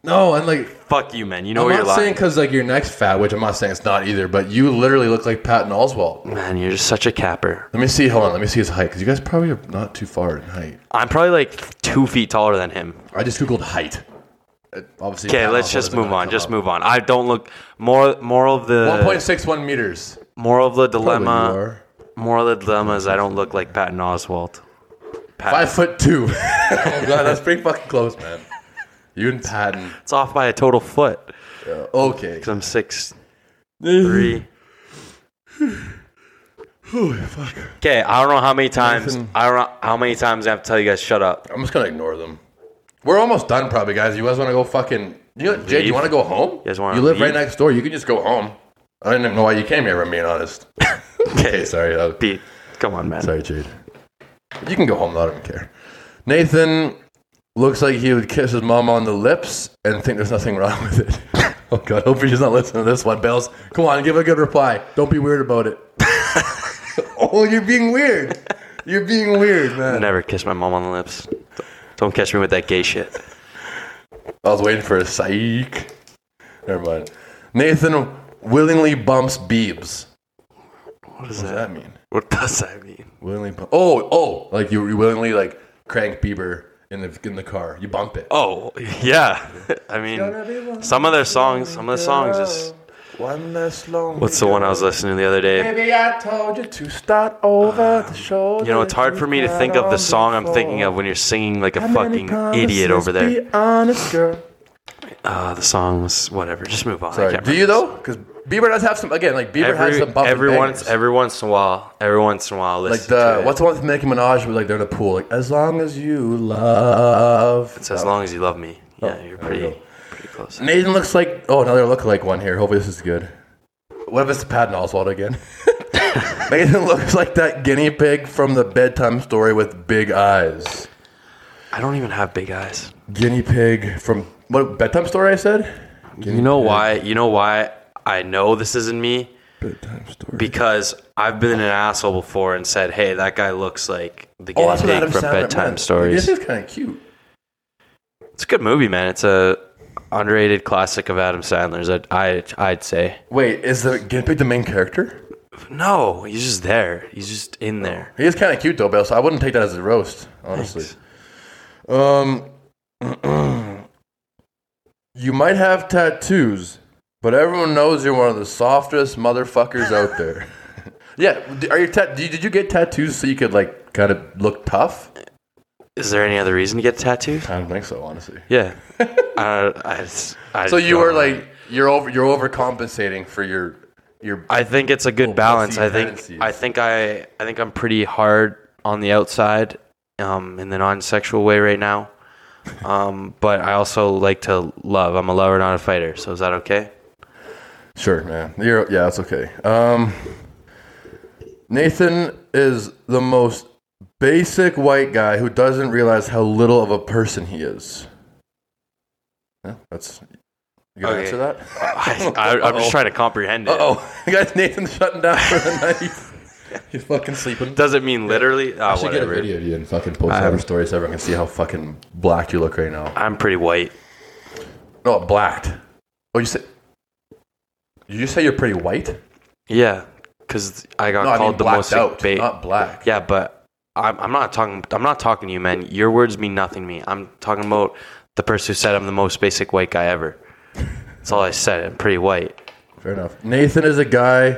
S2: No, and like
S1: Fuck you, man. You know
S2: I'm
S1: where Oh,
S2: not
S1: you're lying.
S2: saying because like your neck's fat, which I'm not saying it's not either, but you literally look like Patton Oswalt.
S1: man, you're just such a capper.
S2: Let me see. Hold on. Let me see his height because you guys probably are not too far in height.
S1: I'm probably like two feet taller than him.
S2: I just googled height. It- obviously.
S1: Okay,
S2: Patton
S1: let's
S2: Oswalt
S1: just
S2: isn't
S1: move
S2: gonna
S1: on.
S2: come
S1: Just
S2: up.
S1: move on. I don't look more. Moral of the
S2: 1.61 meters.
S1: moral of the
S2: Probably you
S1: dilemma.
S2: are.
S1: Moral of the dilemma is I don't look like Patton Oswald.
S2: Five foot two. oh god, that's pretty fucking close, man. You and Patton.
S1: It's off by a total foot
S2: Okay.
S1: 'cause I'm six three. Okay, I don't know how many times
S2: Nathan.
S1: I don't know how many times I have to tell you guys shut up.
S2: I'm just gonna ignore them. We're almost done, probably, guys. You guys want to go fucking? You know, Jay, do you
S1: Leave?
S2: want to go home?
S1: guys wanna
S2: You live
S1: leave?
S2: right next door. You can just go home. I don't even know why you came here. If I'm being honest. okay, sorry. that was-
S1: Pete, come on, man.
S2: sorry, Jade. You can go home. though, I don't care. Nathan looks like he would kiss his mom on the lips and think there's nothing wrong with it. oh God, hopefully she's not listening to this one, Bells. Come on, give a good reply. Don't be weird about it. oh, you're being weird. You're being weird, man.
S1: Never kiss my mom on the lips. Don't catch me with that gay shit.
S2: I was waiting for a psych. Never mind. Nathan willingly bumps Beebs.
S1: What does
S2: What does
S1: that?
S2: that mean?
S1: What does that mean?
S2: Willingly bump. Oh, oh, like you, you willingly like crank Bieber in the in the car. You bump it.
S1: Oh yeah, I mean some of their songs, some of the songs is.
S2: One less long.
S1: What's the one I was listening to the other day?
S2: Maybe I told you to start over the shoulder.
S1: Ah. You know, it's hard for me to think of the song I'm thinking of when you're singing like a fucking idiot over there. Uh, the song was whatever. Just move on. I
S2: Sorry.
S1: can't
S2: Do you
S1: remember.
S2: though? Because Bieber does have some. Again, like Bieber has some. bumping
S1: every once
S2: bangers.
S1: every once in a while, every once in a while, listen
S2: Like the
S1: to
S2: what's
S1: it.
S2: the one with Nicki Minaj? Where like they're in a pool. Like as long as you love.
S1: It's as long as you love me. Yeah, you're pretty
S2: Oh, go.
S1: pretty close.
S2: Nathan looks like oh another lookalike one here. Hopefully this is good. What if it's Patton Oswald again? Nathan looks like that guinea pig from the bedtime story with big eyes.
S1: I don't even have big eyes.
S2: Guinea pig from what bedtime story? I said
S1: You know why? You know why I know this isn't me?
S2: bedtime story.
S1: Because I've been an asshole before and said, "Hey, that guy looks like the
S2: oh,
S1: guinea
S2: that's what
S1: pig
S2: Adam
S1: from
S2: Sandler
S1: Bedtime
S2: meant.
S1: Stories."
S2: This is kind of cute.
S1: It's a good movie, man. It's a underrated classic of Adam Sandler's. I'd I'd, I'd say.
S2: Wait, is the guinea pig the main character?
S1: No, he's just there. He's just in there.
S2: He is kind of cute though, Bill. So I wouldn't take that as a roast, honestly. Um, you might have tattoos, But everyone knows you're one of the softest motherfuckers out there. yeah, d- are your ta- do you- did you get tattoos so you could like kind of look tough?
S1: Is there any other reason to get tattoos?
S2: I don't think so, honestly.
S1: Yeah. uh, I, I
S2: So you
S1: don't
S2: were
S1: know.
S2: like you're over you're overcompensating for your your
S1: I think it's a good balance. I think
S2: tendencies.
S1: I think I I think I'm pretty hard on the outside, um, in the non-sexual way right now. Um, but I also like to love. I'm a lover, not a fighter. So is that okay?
S2: Sure, man. You're, yeah, that's okay. Um, Nathan is the most basic white guy who doesn't realize how little of a person he is. Yeah, that's. You gonna
S1: Okay.
S2: answer that?
S1: I, I, I'm just trying to comprehend it.
S2: Oh, guys, Nathan's shutting down for the night. He's fucking sleeping.
S1: Does it mean literally? Ah,
S2: I should get a
S1: whatever.
S2: video of you and fucking post it on our story so everyone can see how fucking black you look right now.
S1: I'm pretty white.
S2: No, blacked. Oh, you said. Did you say you're pretty white?
S1: Yeah, because I got
S2: No, I
S1: called
S2: mean
S1: the most
S2: blacked out,
S1: bait.
S2: not black.
S1: Yeah, but I'm, I'm not talking. I'm not talking to you, man. Your words mean nothing to me. I'm talking about the person who said I'm the most basic white guy ever. That's all I said. I'm pretty white.
S2: Fair enough. Nathan is a guy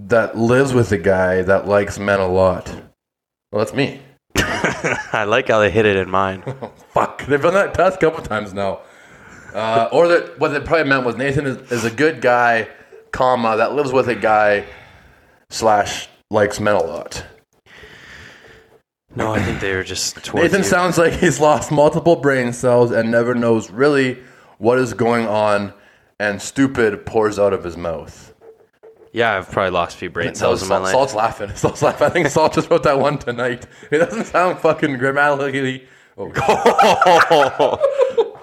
S2: that lives with a guy that likes men a lot. Well, that's me.
S1: I like how they hit it in mine.
S2: Fuck, they've done that test a couple times now. Uh, or that what they probably meant was Nathan is, is a good guy, comma that lives with a guy slash likes men a lot.
S1: No, I think they were just towards
S2: Nathan
S1: you.
S2: sounds like he's lost multiple brain cells and never knows really what is going on, and stupid pours out of his mouth.
S1: yeah, I've probably lost a few brain
S2: That was
S1: cells in my
S2: Salt-
S1: life.
S2: Salt's laughing. Salt's laughing. I think Salt just wrote that one tonight. It doesn't sound fucking grammatically. Oh,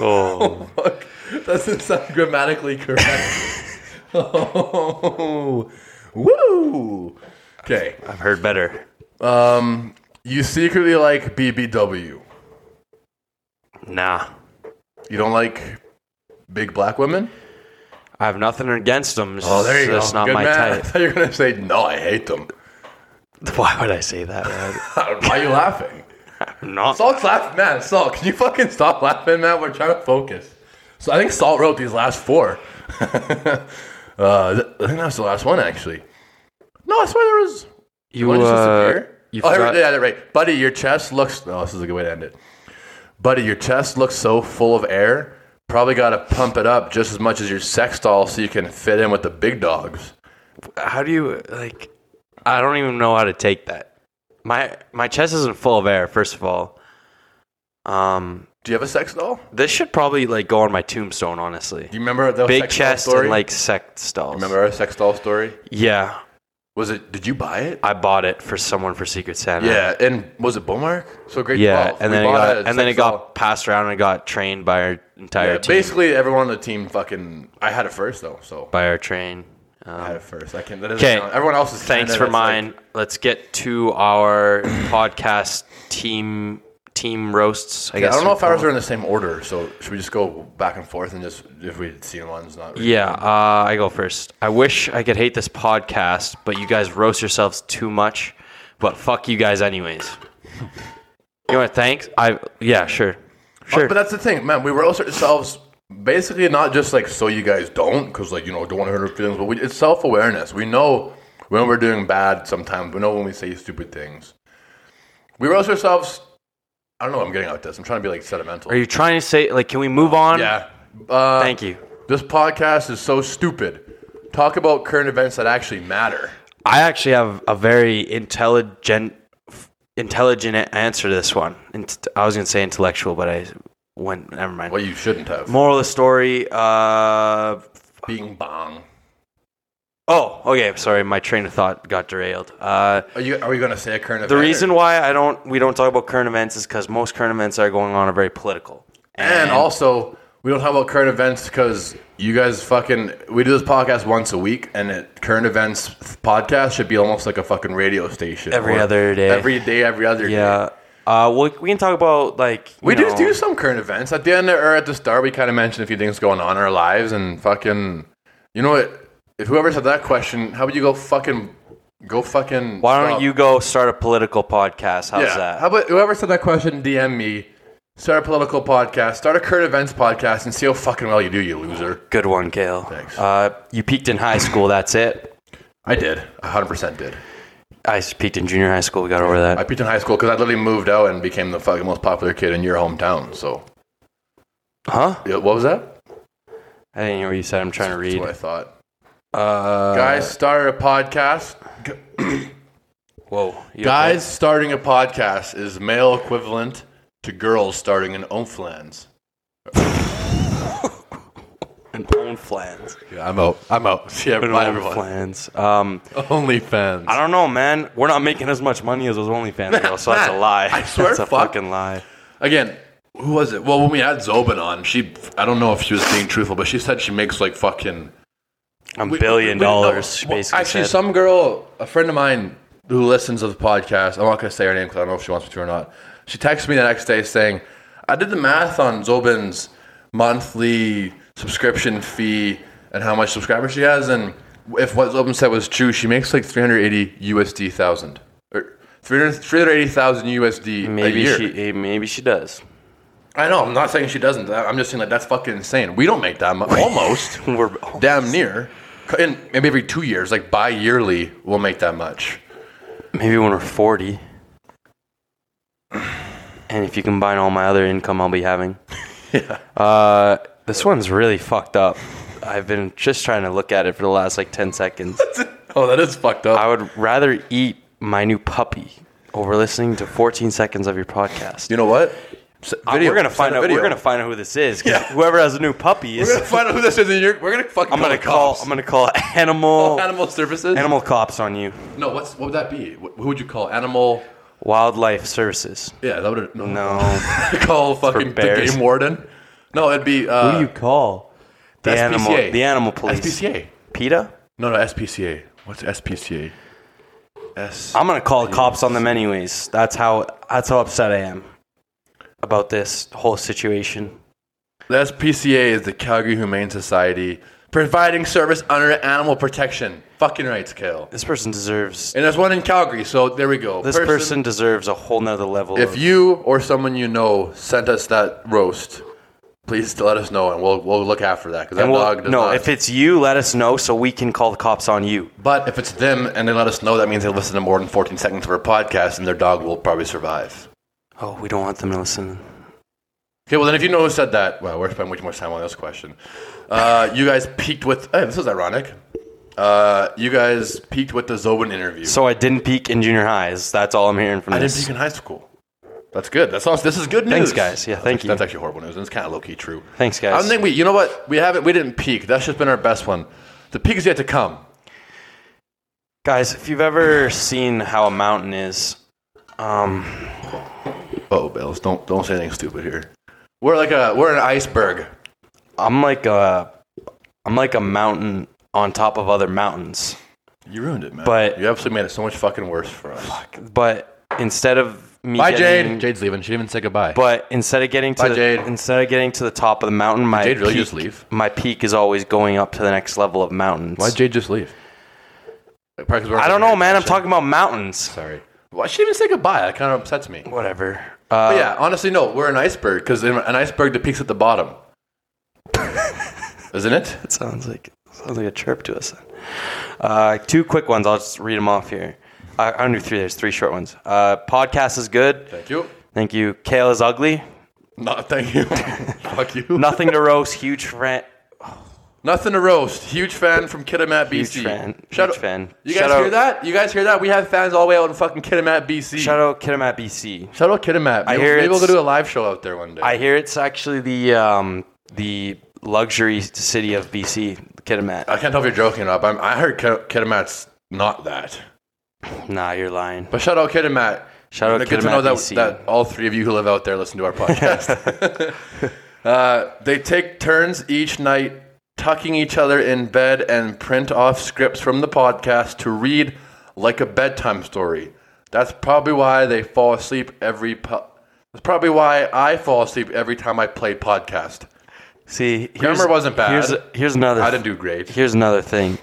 S1: Oh,
S2: fuck. Doesn't sound grammatically correct. oh, woo. Okay.
S1: I've heard better.
S2: Um, you secretly like BBW.
S1: Nah,
S2: You don't like big black women.
S1: I have nothing against them. It's
S2: Oh,
S1: just not
S2: Good
S1: my
S2: man. I thought you were gonna say no. I hate them.
S1: type. Why would I say that? man?
S2: Why are you laughing?
S1: I'm not.
S2: Salt's laughing, man. Salt, can you fucking stop laughing, man? We're trying to focus. So I think Salt wrote these last four. uh, I think that was the last one, actually. No, I swear there was.
S1: you
S2: Did one just
S1: uh,
S2: disappear?
S1: you
S2: oh, here,
S1: forgot-
S2: we- yeah, right. Buddy, your chest looks. Oh, this is a good way to end it. Buddy, your chest looks so full of air. Probably got to pump it up just as much as your sex doll so you can fit in with the big dogs.
S1: how do you like i don't even know how to take that my my chest isn't full of air first of all um
S2: Do you have a sex doll?
S1: this should probably like go on my tombstone honestly
S2: Do you remember the
S1: big
S2: sex doll
S1: chest
S2: story?
S1: and like sex dolls
S2: remember our sex doll story?
S1: yeah
S2: Was it? Did you buy it?
S1: i bought it for someone for secret santa
S2: Yeah, and was it Bullmark? So great.
S1: yeah and then it got and then it got passed around and got trained by our entire
S2: Yeah,
S1: team
S2: basically everyone on the team fucking. I had it first though, so
S1: by our train
S2: I had
S1: um,
S2: it first. I can. That doesn't
S1: okay
S2: count. Everyone else is.
S1: thanks
S2: Canada,
S1: for
S2: it's like-
S1: mine let's get to our podcast team team roasts i
S2: Yeah, I
S1: guess
S2: don't
S1: we
S2: know if
S1: call
S2: ours
S1: them.
S2: are in the same order, so should we just go back and forth and just if we see one's not. Really
S1: Yeah, uh, I go first. I wish I could hate this podcast, but you guys roast yourselves too much. But fuck you guys, anyways. You want to thanks? I yeah, sure, sure.
S2: But that's the thing, man. We roast ourselves basically not just like so you guys don't, because like you know don't want to hurt our feelings, but we, it's self awareness. We know when we're doing bad. Sometimes we know when we say stupid things. We roast ourselves. I don't know. What I'm getting out this. I'm trying to be like sentimental.
S1: Are you trying to say like? Can we move on?
S2: yeah. Uh,
S1: Thank you.
S2: This podcast is so stupid. Talk about current events that actually matter.
S1: I actually have a very intelligent, intelligent a- answer to this one. Int- I was gonna say intellectual, but I went. Never mind.
S2: Well, you shouldn't have.
S1: Moral of the story. Uh,
S2: Bing bong.
S1: oh, okay. Sorry, my train of thought got derailed. Uh,
S2: Are you? Are we going to say a current event?
S1: The
S2: or-
S1: reason why I don't we don't talk about current events is because most current events that are going on are very political.
S2: And also, we don't talk about current events because you guys fucking. We do this podcast once a week, and it, current events podcast should be almost like a fucking radio station.
S1: Every
S2: Or
S1: other day.
S2: Every day, every other day.
S1: yeah, uh, we we can talk about like you
S2: We do
S1: know-
S2: do some current events at the end or at the start. We kind of mention a few things going on in our lives, and fucking. You know what? If whoever said that question, how about you go fucking go fucking?
S1: Why don't
S2: stop.
S1: you go start a political podcast? How's
S2: Yeah.
S1: that?
S2: How about whoever said that question? DM me Start a political podcast. Start a current events podcast and see how fucking well you do, you loser.
S1: Good one, Kale.
S2: Thanks.
S1: Uh, you peaked in high school. That's it.
S2: I did. 100% did.
S1: I peaked in junior high school. We got over that.
S2: I peaked in high school because I literally moved out and became the fucking most popular kid in your hometown. So,
S1: huh?
S2: Yeah, what was that?
S1: I didn't hear what you said. I'm trying to
S2: That's
S1: read.
S2: what I thought.
S1: Uh,
S2: Guys, start a podcast.
S1: Whoa. You
S2: Guys starting a podcast is male equivalent to girls starting an OnFlans.
S1: and own flans.
S2: Yeah, I'm out. I'm out. See everyone. Bye,
S1: Own
S2: everyone.
S1: flans. Um,
S2: OnlyFans.
S1: I don't know, man. We're not making as much money as those OnlyFans girls, so that's a lie.
S2: I swear
S1: that's a
S2: to fuck.
S1: fucking lie.
S2: Again, who was it? Well, when we had Zobin on, she, I don't know if she was being truthful, but she said she makes like fucking
S1: A
S2: We-
S1: billion
S2: we- we- no,
S1: dollars, she
S2: well,
S1: basically.
S2: actually,
S1: said.
S2: some girl, a friend of mine who listens to the podcast, I'm not going to say her name because I don't know if she wants me to or not. She texted me the next day saying, I did the math on Zobin's monthly subscription fee and how much subscribers she has. And if what Zobin said was true, she makes like 380 USD thousand. Or 300 380,000 USD a
S1: maybe
S2: year.
S1: she, eh, maybe she does.
S2: I know, I'm not saying she doesn't. I'm just saying like that's fucking insane. We don't make that much. Almost.
S1: We're
S2: damn near. In maybe every two years, like bi yearly, we'll make that much.
S1: maybe when we're forty. And if you combine all my other income, I'll be having. Uh, this one's really fucked up. I've been just trying to look at it for the last like ten seconds.
S2: Oh, that is fucked up.
S1: I would rather eat my new puppy over listening to 14 seconds of your podcast.
S2: you know what? S-
S1: Uh,
S2: video.
S1: we're gonna
S2: Send
S1: find
S2: a
S1: out.
S2: video.
S1: We're gonna find out who this is. 'cause
S2: Yeah.
S1: Whoever has a new puppy
S2: We're
S1: is.
S2: gonna find out who this is. And you're, we're gonna fucking.
S1: I'm gonna
S2: the
S1: call.
S2: cops. Oh,
S1: I'm gonna call animal
S2: animal services.
S1: animal cops on you.
S2: No, what's what would that be? What, who would you call? Animal.
S1: Wildlife services.
S2: Yeah, that would have no.
S1: No.
S2: call fucking the
S1: bears.
S2: game warden. No, it'd be uh,
S6: Who do you call?
S1: The
S2: SPCA.
S1: animal. The animal police.
S2: SPCA.
S1: PETA.
S2: No, no, SPCA. What's SPCA? S.
S1: I'm gonna call the cops on them anyways. That's how. That's how upset I am about this whole situation.
S2: The SPCA is the Calgary Humane Society providing service under animal protection. Fucking rights, Kale.
S1: This person deserves.
S2: And there's one in Calgary, so there we go.
S1: This person deserves a whole nother level.
S2: if
S1: of,
S2: you or someone you know sent us that roast, please let us know and we'll we'll look after that because that
S1: And we'll-
S2: dog does
S1: no,
S2: not.
S1: if it's you, let us know so we can call the cops on you.
S2: but if it's them and they let us know, that means they listen to more than 14 seconds of our podcast and their dog will probably survive.
S1: Oh, we don't want them to listen.
S2: Okay, well then, if you know who said that, well, we're spending way too much time on this question. Uh, you guys peaked with. Hey, this is ironic. Uh, you guys peaked with the Zobin interview.
S1: So I didn't peak in junior highs. That's all I'm hearing from
S2: I didn't
S1: this.
S2: peak in high school. That's good. That's awesome. This is good
S1: Thanks,
S2: news.
S1: guys. Yeah,
S2: That's
S1: thank
S2: actually-
S1: you.
S2: That's actually horrible news, and it's kind of low key true.
S1: Thanks, guys.
S2: I don't think we. You know what? We haven't. We didn't peak. That's just been our best one. The peak is yet to come.
S1: Guys, if you've ever seen how a mountain is, um,
S2: Oh, Bills, don't don't say anything stupid here. We're like a we're an iceberg.
S1: I'm like a, I'm like a mountain on top of other mountains.
S2: You ruined it, man.
S1: But-
S2: you absolutely made it so much fucking worse for us.
S1: But instead of me,
S2: Bye,
S1: getting,
S2: Jade. Jade's leaving. She didn't even say goodbye.
S1: But instead of getting to
S2: Bye,
S1: the,
S2: Jade.
S1: instead of getting to the top of the mountain, my
S2: Jade really
S1: peak,
S2: just leave?
S1: my peak is always going up to the next level of mountains.
S2: Why'd Jade just leave?
S1: I don't know, man. I'm talking about mountains.
S2: Sorry. Why she even say goodbye? That kind of upsets me.
S1: Whatever.
S2: But
S1: Uh,
S2: yeah, honestly, no. We're an iceberg because an iceberg the peak's at the bottom, isn't it?
S1: That sounds like sounds like a chirp to us. Then. Uh, two quick ones. I'll just read them off here. I, I don't do three. There's three short ones. Uh, podcast is good.
S2: Thank you.
S1: Thank you. Kale is ugly.
S2: No, thank you. Fuck you.
S1: Nothing to roast. Huge fan.
S2: Nothing to roast. Huge fan from Kitimat, BC.
S1: Huge fan.
S2: Shout
S1: Huge
S2: out-
S1: fan.
S2: You guys
S1: Shout out-
S2: hear that? You guys hear that? We have fans all the way out in fucking Kitimat, BC.
S1: Shout out Kitimat BC.
S2: Shout out Kitimat.
S1: I
S2: Maybe,
S1: hear
S2: maybe we'll go
S1: it's-
S2: do a live show out there one day.
S1: I hear it's actually the um, the luxury city of BC. Kitimat.
S2: I can't tell if you're joking or not, but I'm, I heard Kit- Kitimat's not that.
S1: Nah, you're lying.
S2: But shout out Kitimat.
S1: Shout out
S2: And Good to
S1: Kitimat
S2: know that,
S1: BC.
S2: that all three of you who live out there listen to our podcast. uh, they take turns each night tucking each other in bed and print off scripts from the podcast to read like a bedtime story. That's probably why they fall asleep every. Po- That's probably why I fall asleep every time I play podcast.
S1: See, here's,
S2: Grammar wasn't bad.
S1: Here's, here's another.
S2: I didn't do great.
S1: Here's another thing.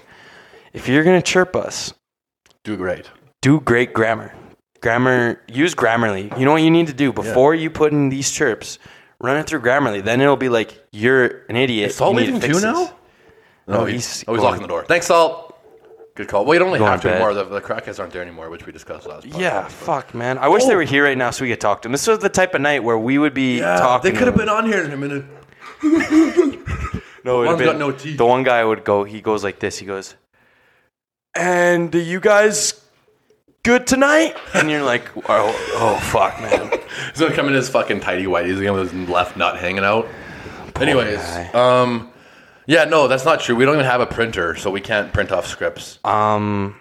S1: If you're gonna chirp us,
S2: Do great.
S1: do great grammar. grammar use grammarly you know what you need to do before you put in these chirps run it through grammarly then it'll be like you're an idiot
S2: Is Salt
S1: you need to
S2: leaving
S1: fix
S2: too
S1: this.
S2: now?
S1: no,
S2: Oh,
S1: he's
S2: he's, oh, he's
S1: going-
S2: locking the door. Thanks, Salt. Good call. Well, you don't really
S1: Going
S2: have to
S1: to bed.
S2: anymore. The, the crackheads aren't there anymore, which we discussed last. podcast.
S1: yeah fuck man i wish they were here right now so we could talk to them this was the type of night where we would be
S2: Oh. yeah.
S1: talking
S2: They could
S1: to
S2: have
S1: them.
S2: been on here in a minute.
S1: No, it'd
S2: One's
S1: been,
S2: got no teeth.
S1: The one guy would go. He goes like this. He goes, "And do you guys good tonight?" And you're like, "Oh, oh fuck, man."
S2: He's gonna come in his fucking tidy whities again with his left nut hanging out. Anyways,
S1: guy.
S2: um, yeah, no, that's not true. We don't even have a printer, so we can't print off scripts.
S1: Um,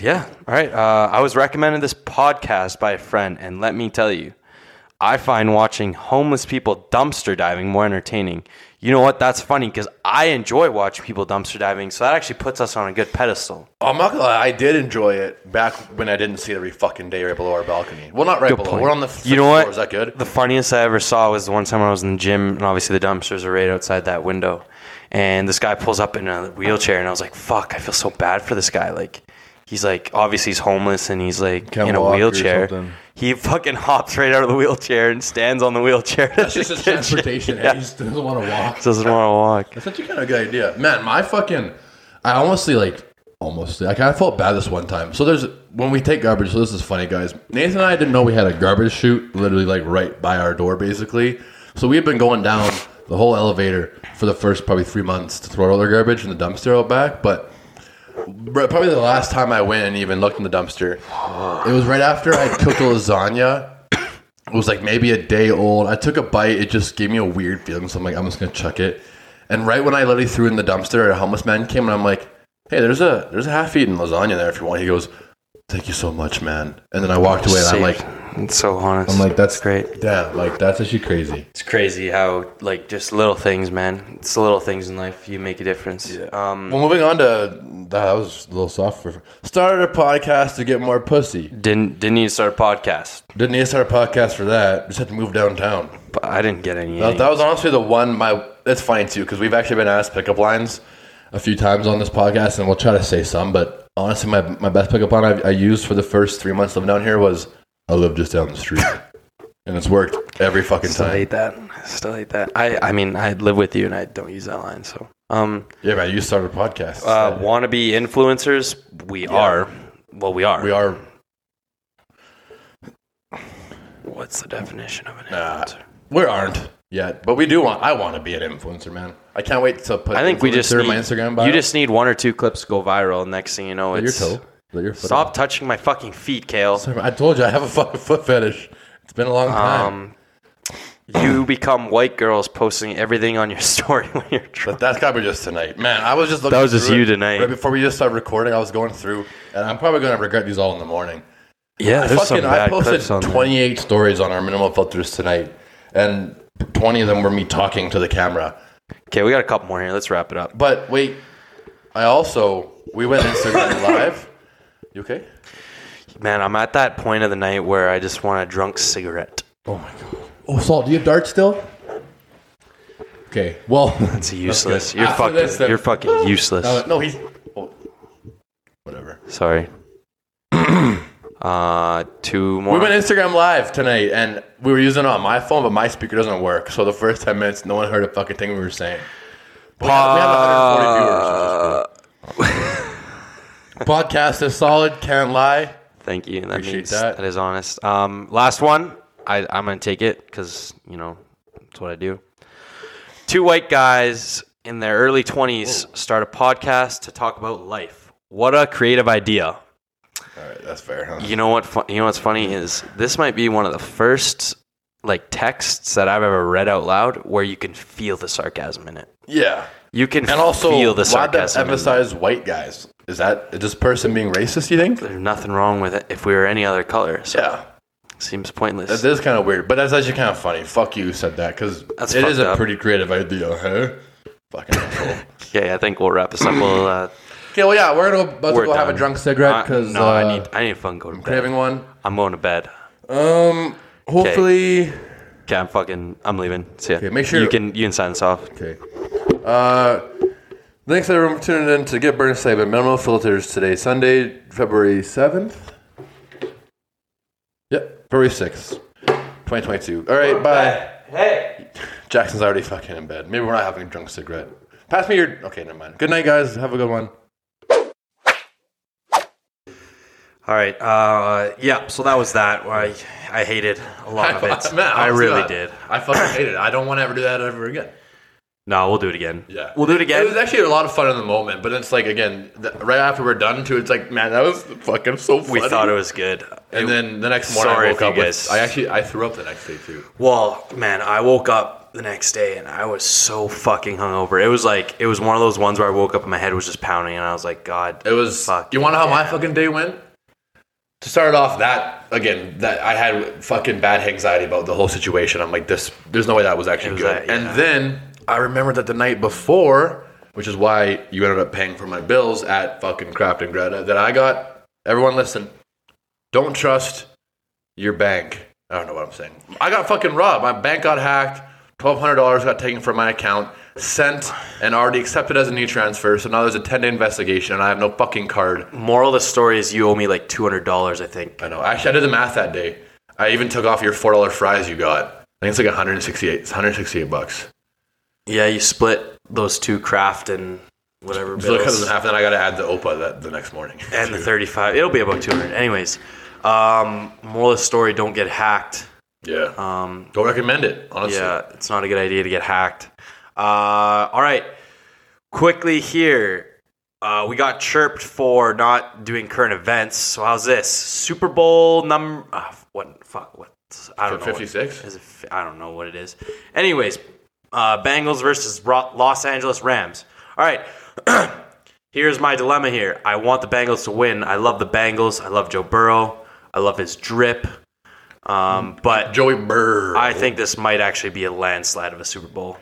S1: yeah. All right. Uh, I was recommended this podcast by a friend, and let me tell you, I find watching homeless people dumpster diving more entertaining. You know what? That's funny because I enjoy watching people dumpster diving, so that actually puts us on a good pedestal.
S2: I'm not gonna lie, I did enjoy it back when I didn't see it every fucking day right below our balcony. Well, not right below. We're on the fifth
S1: you know
S2: floor.
S1: what?
S2: Is that good?
S1: The funniest I ever saw was the one time I was in the gym, and obviously the dumpsters are right outside that window. And this guy pulls up in a wheelchair, and I was like, "Fuck!" I feel so bad for this guy. Like, he's like obviously he's homeless, and he's like
S3: Can't
S1: in a
S3: walk or
S1: wheelchair.
S3: something.
S1: He fucking hops right out of the wheelchair and stands on the wheelchair.
S2: That's just his transportation. eh? He just doesn't want to walk.
S1: Doesn't want to walk.
S2: That's actually kind of a good idea, man. My fucking, I honestly like, almost like I felt bad this one time. So there's when we take garbage. So this is funny, guys. Nathan and I didn't know we had a garbage chute, literally like right by our door, basically. So we had been going down the whole elevator for the first probably three months to throw all our garbage in the dumpster out back, but. Bro, probably the last time I went and even looked in the dumpster, it was right after I cooked a lasagna. It was like maybe a day old. I took a bite. It just gave me a weird feeling. So I'm like, I'm just gonna chuck it. And right when I literally threw it in the dumpster, a homeless man came and I'm like, Hey, there's a there's a half-eaten lasagna there if you want. He goes, Thank you so much, man. And then I walked away and I'm like,
S1: it's so honest.
S2: I'm like, that's
S1: great.
S2: Damn, like that's actually crazy.
S1: It's crazy how like just little things, man. It's the little things in life you make a difference. Um,
S2: Well, moving on to that was a little soft for started a podcast to get more pussy.
S1: didn't didn't need to start a podcast.
S2: Didn't need to start a podcast for that. Just had to move downtown.
S1: But I didn't get any.
S2: That, that was honestly the one. My that's funny too because we've actually been asked pickup lines a few times on this podcast, and we'll try to say some. But honestly, my my best pickup line I, I used for the first three months living down here was I live just down the street, and it's worked every fucking
S1: Still
S2: time.
S1: hate that. Still hate that. I, I mean, I live with you and I don't use that line. So, um,
S2: Yeah, man, you started a podcast.
S1: uh, wannabe influencers, we are. Well, we are.
S2: we are
S1: What's the definition of an
S2: Nah.
S1: influencer?
S2: we aren't yet, but we do want. I want to be an influencer, man. I can't wait to put.
S1: I think we just
S2: influencer
S1: need,
S2: in my Instagram bio.
S1: You just need one or two clips to go viral. Next thing you know,
S2: your
S1: it's
S2: toe. Is that your foot
S1: stop touching my fucking feet, Kale.
S2: off? I told you I have a fucking foot fetish. It's been a long time.
S1: Um, you become white girls posting everything on your story when you're drunk.
S2: But that's gotta be just tonight, man. I was just looking.
S1: That was just
S2: through
S1: you
S2: it
S1: tonight.
S2: Right before we just started recording, I was going through, and I'm probably gonna regret these all in the morning.
S1: Yeah, there's some
S2: Fucking,
S1: bad
S2: I posted
S1: clips on there.
S2: 28 stories on our minimal filters tonight, and 20 of them were me talking to the camera.
S1: Okay, we got a couple more here. Let's wrap it up.
S2: But wait, I also we went Instagram live. You okay?
S1: Man, I'm at that point of the night where I just want a drunk cigarette.
S2: Oh my god. Oh, Salt, do you have darts still? Okay. Well,
S1: It's useless.
S2: good. Ah,
S1: You're
S2: After
S1: fucking.
S2: this, then-
S1: you're fucking useless.
S2: uh, no, he's. Oh, whatever.
S1: Sorry. uh, two more.
S2: We went Instagram live tonight, and we were using it on my phone, but my speaker doesn't work. So the first ten minutes, no one heard a fucking thing we were saying. But we had, we had 140 viewers. Which is cool. Podcast is solid. Can't lie.
S1: Thank you. That
S2: Appreciate
S1: means
S2: that.
S1: that is honest. Um, last one. I I'm gonna take it because you know that's what I do. Two white guys in their early 20s start a podcast to talk about life. What a creative idea!
S2: All right, that's fair. Huh?
S1: You know what? Fu- you know what's funny is this might be one of the first like texts that I've ever read out loud where you can feel the sarcasm in it.
S2: Yeah,
S1: You can
S2: and also
S1: feel the
S2: why'd that
S1: sarcasm. in it.
S2: emphasize white guys? Is that is this person being racist? You think?
S1: There's nothing wrong with it if we were any other color. So
S2: Yeah,
S1: it seems pointless.
S2: that is kind of weird, but that's actually kind of funny. Fuck you said that because
S1: That's
S2: it is
S1: fucked
S2: a
S1: up.
S2: pretty creative idea, huh? Fucking asshole.
S1: Okay, I think we'll wrap this up. We'll, uh,
S2: okay, well, yeah, we're gonna go, about
S1: We're
S2: to go have a
S1: done.
S2: drunk cigarette
S1: I-
S2: because
S1: no,
S2: uh,
S1: I need I need to fucking go to bed.
S2: craving one.
S1: I'm going to bed.
S2: Um, hopefully.
S1: Okay, I'm fucking I'm leaving. See ya.
S2: make sure-
S1: you can you can sign this off.
S2: Okay. Uh, thanks everyone for tuning in to Get Burned Slave at Minimal Filters today, Sunday, February 7th.
S3: February 6th, 2022. All right, bye.
S1: Hey.
S3: Jackson's already fucking in bed. Maybe we're not having a drunk cigarette. Pass me your. Okay, never mind. Good night, guys. Have a good one.
S1: All right. Uh, yeah. So that was that. I I hated a lot of it.
S2: Man,
S1: I
S2: honestly
S1: really
S2: not.
S1: did.
S2: I fucking hate it. I don't want to ever do that ever again.
S1: No, we'll do it again.
S2: Yeah,
S1: We'll do it again.
S2: It was actually a lot of fun in the moment, but it's like again, th- right after we're done too, it's like man, that was fucking so funny.
S1: we thought it was good.
S2: and
S1: It-
S2: then the next morning
S1: Sorry
S2: I
S1: if
S2: woke
S1: you
S2: up with-
S1: guys-
S2: I actually I threw up the next day too.
S1: Well, man, I woke up the next day and I was so fucking hungover. It was like it was one of those ones where I woke up and my head was just pounding, and I was like, God,
S2: It was.
S1: Fuck
S2: you want to know how my fucking day went? To start off, that again, that I had fucking bad anxiety about the whole situation. I'm like, this. There's no way that was actually
S1: was
S2: good.
S1: that, yeah.
S2: And then I remembered that the night before, which is why you ended up paying for my bills at fucking Craft and Greta, that I got. Everyone, listen. Don't trust your bank. I don't know what I'm saying. I got fucking robbed. My bank got hacked. Twelve hundred dollars got taken from my account, sent and already accepted as an e-transfer. So now there's a ten day investigation, and I have no fucking card.
S1: moral of the story is you owe me like two hundred dollars, I think.
S2: I know. Actually, I did the math that day. I even took off your four dollar fries you got. I think it's like 168. It's 168 bucks.
S1: Yeah, you split those two craft and whatever
S2: So it cut it in
S1: bills,
S2: half. Then I got to add the opa that the next morning.
S1: and the thirty-five. It'll be about two hundred, anyways. Um, moral of the story: don't get hacked.
S2: yeah.
S1: Um,
S2: Don't recommend it. Honestly.
S1: yeah, it's not a good idea to get hacked. Uh, all right, quickly here. Uh, we got chirped for not doing current events. So how's this Super Bowl number? Uh, what fuck? What? I don't know. what-
S2: 56?
S1: Is it, fi- I don't know what it is. Anyways, uh, Bengals versus Ro- Los Angeles Rams. All right. Here's my dilemma here. I want the Bengals to win. I love the Bengals. I love Joe Burrow. I love his drip. Um, but
S2: Joey Burr.
S1: I think this might actually be a landslide of a Super Bowl.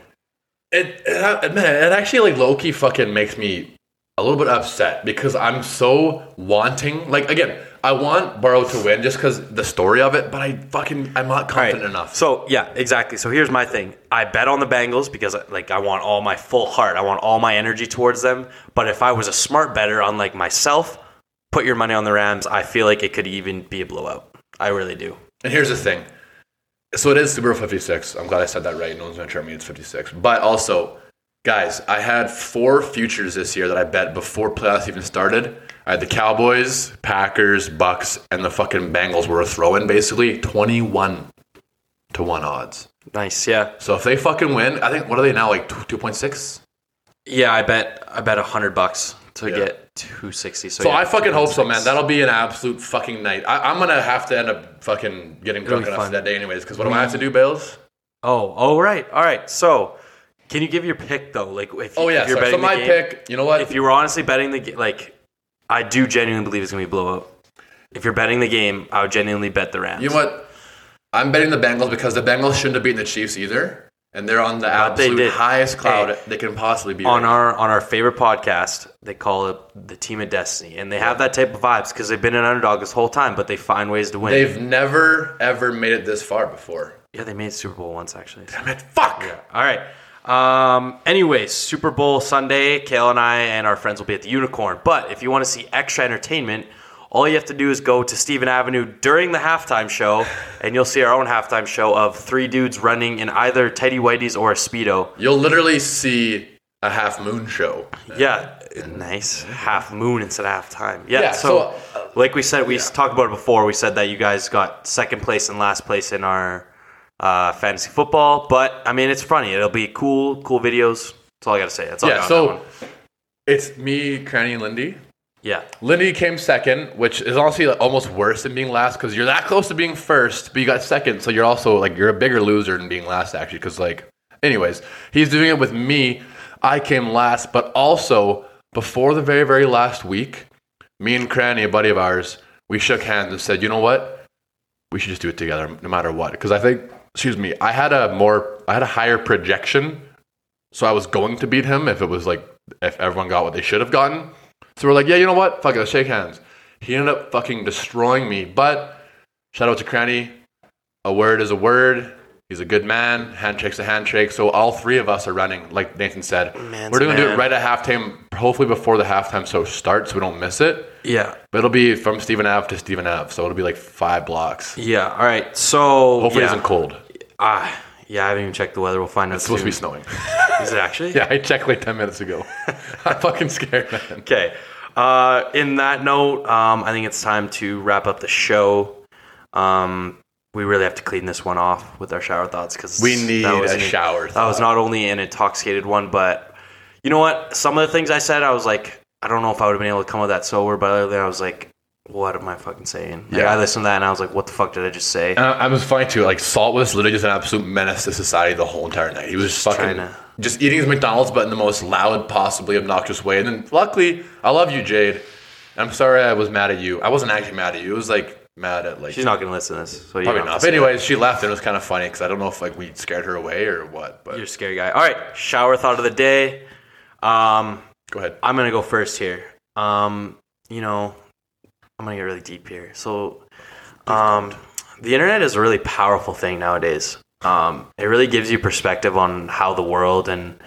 S2: It, it man, it actually like low key fucking makes me a little bit upset because I'm so wanting. Like again, I want Burrow to win just because the story of it, but I fucking I'm not confident enough.
S1: So yeah, exactly. So here's my thing. I bet on the Bengals because like I want all my full heart. I want all my energy towards them. But if I was a smart better on like myself, put your money on the Rams. I feel like it could even be a blowout. I really do.
S2: And here's the thing. So it is Super Bowl 56. I'm glad I said that right. No one's gonna turn me. It's 56. But also, guys, I had four futures this year that I bet before playoffs even started. I had the Cowboys, Packers, Bucks, and the fucking Bengals were a throw-in basically 21 to one odds.
S1: Nice. Yeah.
S2: So if they fucking win, I think what are they now like two point six?
S1: Yeah. I bet. I bet a hundred bucks to
S2: Yeah.
S1: get two sixty. So,
S2: So
S1: yeah,
S2: I fucking hope so, man.
S1: 2.6.
S2: That'll be an absolute fucking night. I, I'm gonna have to end up fucking getting drunk
S1: be
S2: enough
S1: fun.
S2: that day, anyways. Because what do I have to do, Bales?
S1: Oh. Oh. Right. All right. So. Can you give your pick though? Like, if,
S2: Oh yeah.
S1: if you're
S2: So,
S1: betting
S2: so
S1: the
S2: my
S1: game-
S2: pick. You know what?
S1: if you were honestly betting the ga- like, I do genuinely believe it's gonna be a blowout. If you're betting the game, I would genuinely bet the Rams.
S2: You know what? I'm betting the Bengals because the Bengals shouldn't have beaten the Chiefs either, and they're on the
S1: they
S2: absolute
S1: did.
S2: highest cloud
S1: Hey.
S2: they can possibly be.
S1: On
S2: right
S1: our on our favorite podcast, they call it the team of destiny, and they have that type of vibes because they've been an underdog this whole time, but they find ways to win.
S2: They've never ever made it this far before.
S1: yeah, they made Super Bowl once actually.
S2: I mean, fuck.
S1: All right. Um, anyways, Super Bowl Sunday, Kale and I and our friends will be at the Unicorn. But if you want to see extra entertainment, all you have to do is go to Stephen Avenue during the halftime show, and you'll see our own halftime show of three dudes running in either Teddy Whitey's or a Speedo.
S2: You'll literally see a half moon show.
S1: Yeah, nice half moon instead of halftime. Yeah,
S2: Yeah,
S1: so, uh, like we said, we talked about it before. We said that you guys got second place and last place in our uh, fantasy football, but I mean it's funny. It'll be cool, cool videos. That's all I gotta say. That's all. I
S2: Yeah.
S1: got on that
S2: So
S1: one.
S2: it's me, Cranny, and Lindy.
S1: yeah,
S2: Lindy came second, which is honestly like, almost worse than being last because you're that close to being first, but you got second, so you're also like you're a bigger loser than being last actually. Because like, anyways, he's doing it with me. I came last, but also before the very very last week, me and Cranny, a buddy of ours, we shook hands and said, you know what, we should just do it together no matter what. Because I think, excuse me, I had a more, I had a higher projection, so I was going to beat him if it was like if everyone got what they should have gotten. So we're like, yeah, you know what? Fuck it, let's shake hands. He ended up fucking destroying me. But shout out to Cranny. A word is a word. He's a good man. Handshake's a handshake. So all three of us are running, like Nathan said.
S1: Man's
S2: We're going to do it
S1: man.
S2: right at halftime, hopefully before the halftime show starts so we don't miss it.
S1: Yeah.
S2: But it'll be from Stephen Ave to Stephen Ave. So it'll be like five blocks.
S1: Yeah. All right. So
S2: Hopefully
S1: yeah.
S2: it isn't cold.
S1: Ah, yeah. I haven't even checked the weather. We'll find out.
S2: It's supposed to be
S1: soon.
S2: snowing.
S1: Is it actually?
S2: yeah, I checked like 10 minutes ago. I'm fucking scared, man.
S1: Okay. Uh, in that note, um, I think it's time to wrap up the show. Um, we really have to clean this one off with our shower thoughts because
S2: We need a shower
S1: That was
S2: thought.
S1: not only an intoxicated one, but you know what? Some of the things I said, I was like, I don't know if I would have been able to come with that sober, but other than I was like, what am I fucking saying? Like,
S2: Yeah. Uh,
S1: I listened to that and I was like, what the fuck did I just say?
S2: And I, I was funny too. Like Salt was literally just an absolute menace to society the whole entire night. He was just fucking
S1: trying to-
S2: just eating his McDonald's, but in the most loud, possibly obnoxious way. And then luckily, I love you, Jade. I'm sorry I was mad at you. I wasn't actually mad at you. It was like mad at like
S1: She's not going to listen to this. So you
S2: probably
S1: don't have
S2: not.
S1: to
S2: But
S1: say
S2: anyways, she left and it was kind of funny because I don't know if like we scared her away or what. But
S1: that. You're a scary guy. All right. Shower thought of the day. Um,
S2: go ahead.
S1: I'm gonna go first here. Um, you know, I'm gonna get really deep here. So, um, the internet is a really powerful thing nowadays. Um, it really gives you perspective on how the world and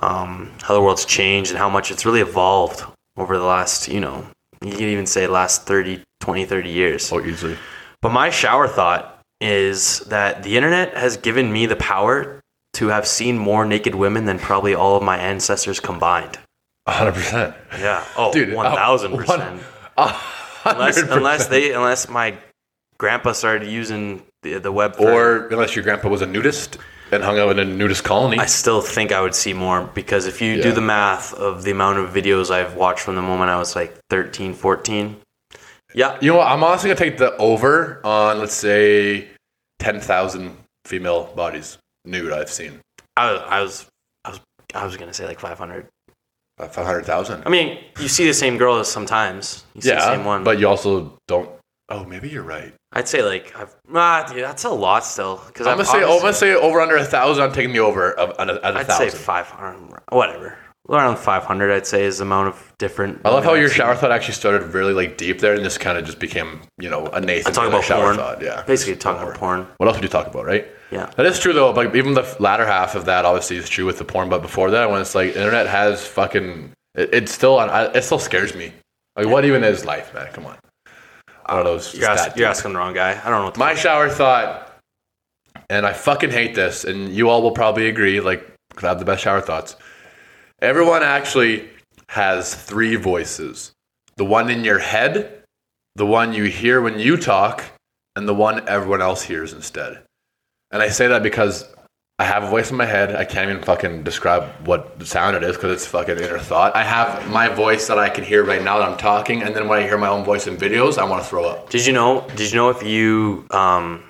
S1: um, how the world's changed and how much it's really evolved over the last, you know, you can even say last 30, 20, 30 years.
S2: Oh, easily.
S1: But my shower thought is that the internet has given me the power to have seen more naked women than probably all of my ancestors combined.
S2: 100. percent
S1: Yeah. Oh,
S2: Dude, uh,
S1: one thousand percent. Unless unless they unless my grandpa started using the, the web for,
S2: Or unless your grandpa was a nudist and hung out in a nudist colony.
S1: I still think I would see more because if you do
S2: Yeah.
S1: the math of the amount of videos I've watched from the moment I was like 13, 14. Yeah.
S2: You know what? I'm honestly gonna take the over on let's say ten thousand female bodies nude I've seen.
S1: I, I was I was I was going to say like 500.
S2: Five hundred thousand.
S1: I mean, you see the same girl sometimes. You see
S2: Yeah,
S1: the same one.
S2: but you also don't. Oh, maybe you're right.
S1: I'd say like I've ah, dude, that's a lot still cuz
S2: I'm gonna say, I'm gonna say over under a thousand. I'm taking the over of at a, at a
S1: I'd say
S2: thousand.
S1: 500 whatever. Around 500 I'd say is the amount of different
S2: I love how your
S1: shower.
S2: shower thought actually started really like deep there, and this kind of just became you know a Nathan.
S1: talk
S2: kind of
S1: about
S2: shower
S1: porn.
S2: thought. Yeah,
S1: Basically
S2: Just
S1: talking about porn.
S2: What else would you talk about, right?
S1: Yeah.
S2: That is true though. Like even the latter half of that obviously is true with the porn, but before that, when it's like internet has fucking, it, it's still on. I- It still scares me. Like what even is life, man? Come on. One of those.
S1: You're, ask,
S2: stat
S1: you're
S2: things.
S1: asking the wrong guy. I don't know what the
S2: My shower thought, and I fucking hate this, and you all will probably agree. Like, 'cause I have the best shower thoughts. Everyone actually has three voices: the one in your head, the one you hear when you talk, and the one everyone else hears instead. And I say that because I have a voice in my head. I can't even fucking describe what sound it is because it's fucking inner thought. I have my voice that I can hear right now that I'm talking, and then when I hear my own voice in videos, I want to throw up.
S1: Did you know? Did you know if you um,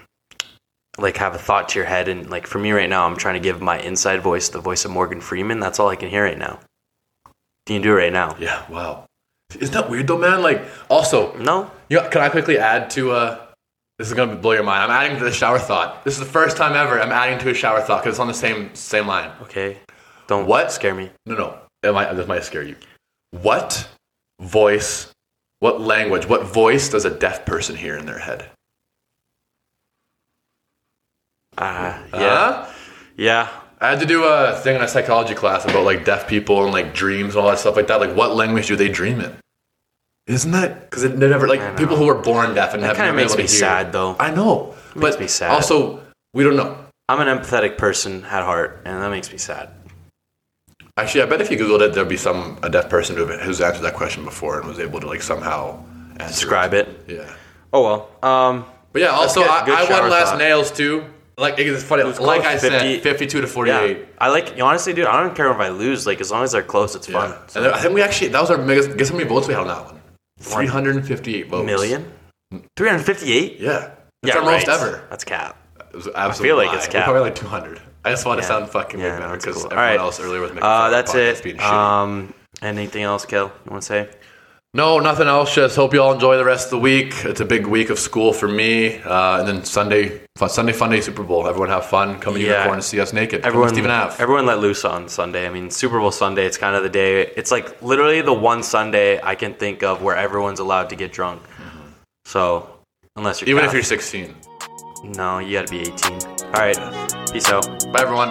S1: like have a thought to your head and like for me right now, I'm trying to give my inside voice the voice of Morgan Freeman. That's all I can hear right now. Can you do it right now?
S2: Yeah, wow. Isn't that weird though, man? Like, also,
S1: No.
S2: you know, can I quickly add to, uh, this is gonna blow your mind. I'm adding to the shower thought. This is the first time ever I'm adding to a shower thought because it's on the same same line.
S1: Okay. Don't
S2: What?
S1: scare me.
S2: No, no, it might, this might scare you. What voice, what language, what voice does a deaf person hear in their head?
S1: Uh, yeah.
S2: Huh?
S1: Yeah.
S2: I had to do a thing in a psychology class about like deaf people and like dreams and all that stuff like that. Like, what language do they dream in? Isn't that because it never like people who are born deaf and have
S1: Kind
S2: never
S1: of
S2: been
S1: makes
S2: able to
S1: me
S2: hear.
S1: sad though.
S2: I know,
S1: Makes
S2: but
S1: me sad.
S2: also we don't know.
S1: I'm an empathetic person at heart, and that makes me sad.
S2: Actually, I bet if you googled it, there'd be some a deaf person who- who's answered that question before and was able to like somehow answer. it.
S1: Describe it.
S2: Yeah,
S1: Oh well. Um.
S2: but yeah. Also,
S1: good.
S2: I,
S1: Good
S2: I
S1: shower
S2: won last
S1: thought.
S2: nails too. Like it's funny. like
S1: close,
S2: I
S1: 50
S2: said, fifty-two to
S1: Yeah.
S2: forty-eight.
S1: I like honestly, dude. I don't care if I lose. Like as long as they're close, it's
S2: Yeah.
S1: fun.
S2: And then I think we actually that was our biggest. Guess how many votes we had on that one? Three hundred and fifty-eight votes.
S1: Million. Three hundred fifty-eight.
S2: Yeah. It's our most
S1: right.
S2: ever.
S1: That's cap.
S2: It was absolutely
S1: like it's
S2: We're
S1: cap.
S2: probably like two hundred. I just wanted
S1: Yeah.
S2: to sound fucking
S1: Yeah,
S2: weird,
S1: no,
S2: man,
S1: it's
S2: because
S1: cool.
S2: everyone
S1: All right.
S2: else earlier was making fun
S1: Uh,
S2: of our
S1: that's
S2: podcast
S1: it.
S2: Being shitty.
S1: Um, anything else, Kel? You want to say?
S2: No, nothing else. Just hope you all enjoy the rest of the week. It's a big week of school for me, uh, and then Sunday, fun, Sunday fun day Super Bowl. Everyone have fun. Come to
S1: Yeah.
S2: Unicorn and see us naked. Come to
S1: Everyone,
S2: Stephen Ave.
S1: everyone let loose on Sunday. I mean, Super Bowl Sunday. It's kind of the day. It's like literally the one Sunday I can think of where everyone's allowed to get drunk. So, unless you're
S2: Mm-hmm. Even if
S1: Catholic.
S2: you're 16.
S1: no, you got to be 18. All right, Peace out.
S3: Bye, everyone.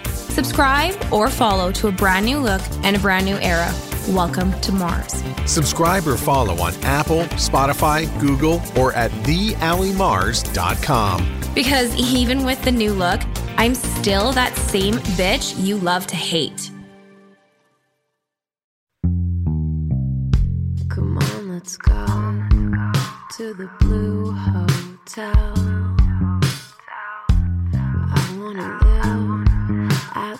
S7: Subscribe or follow to a brand new look and a brand new era. Welcome to Mars.
S8: Subscribe or follow on Apple, Spotify, Google, or at theallymars.com.
S7: Because even with the new look, I'm still that same bitch you love to hate.
S9: Come on, let's go to the blue hotel. I wanna live at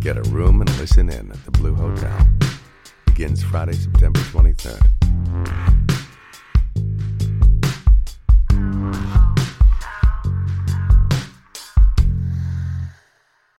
S10: Get a room and listen in at the Blue Hotel. Begins Friday, September 23rd.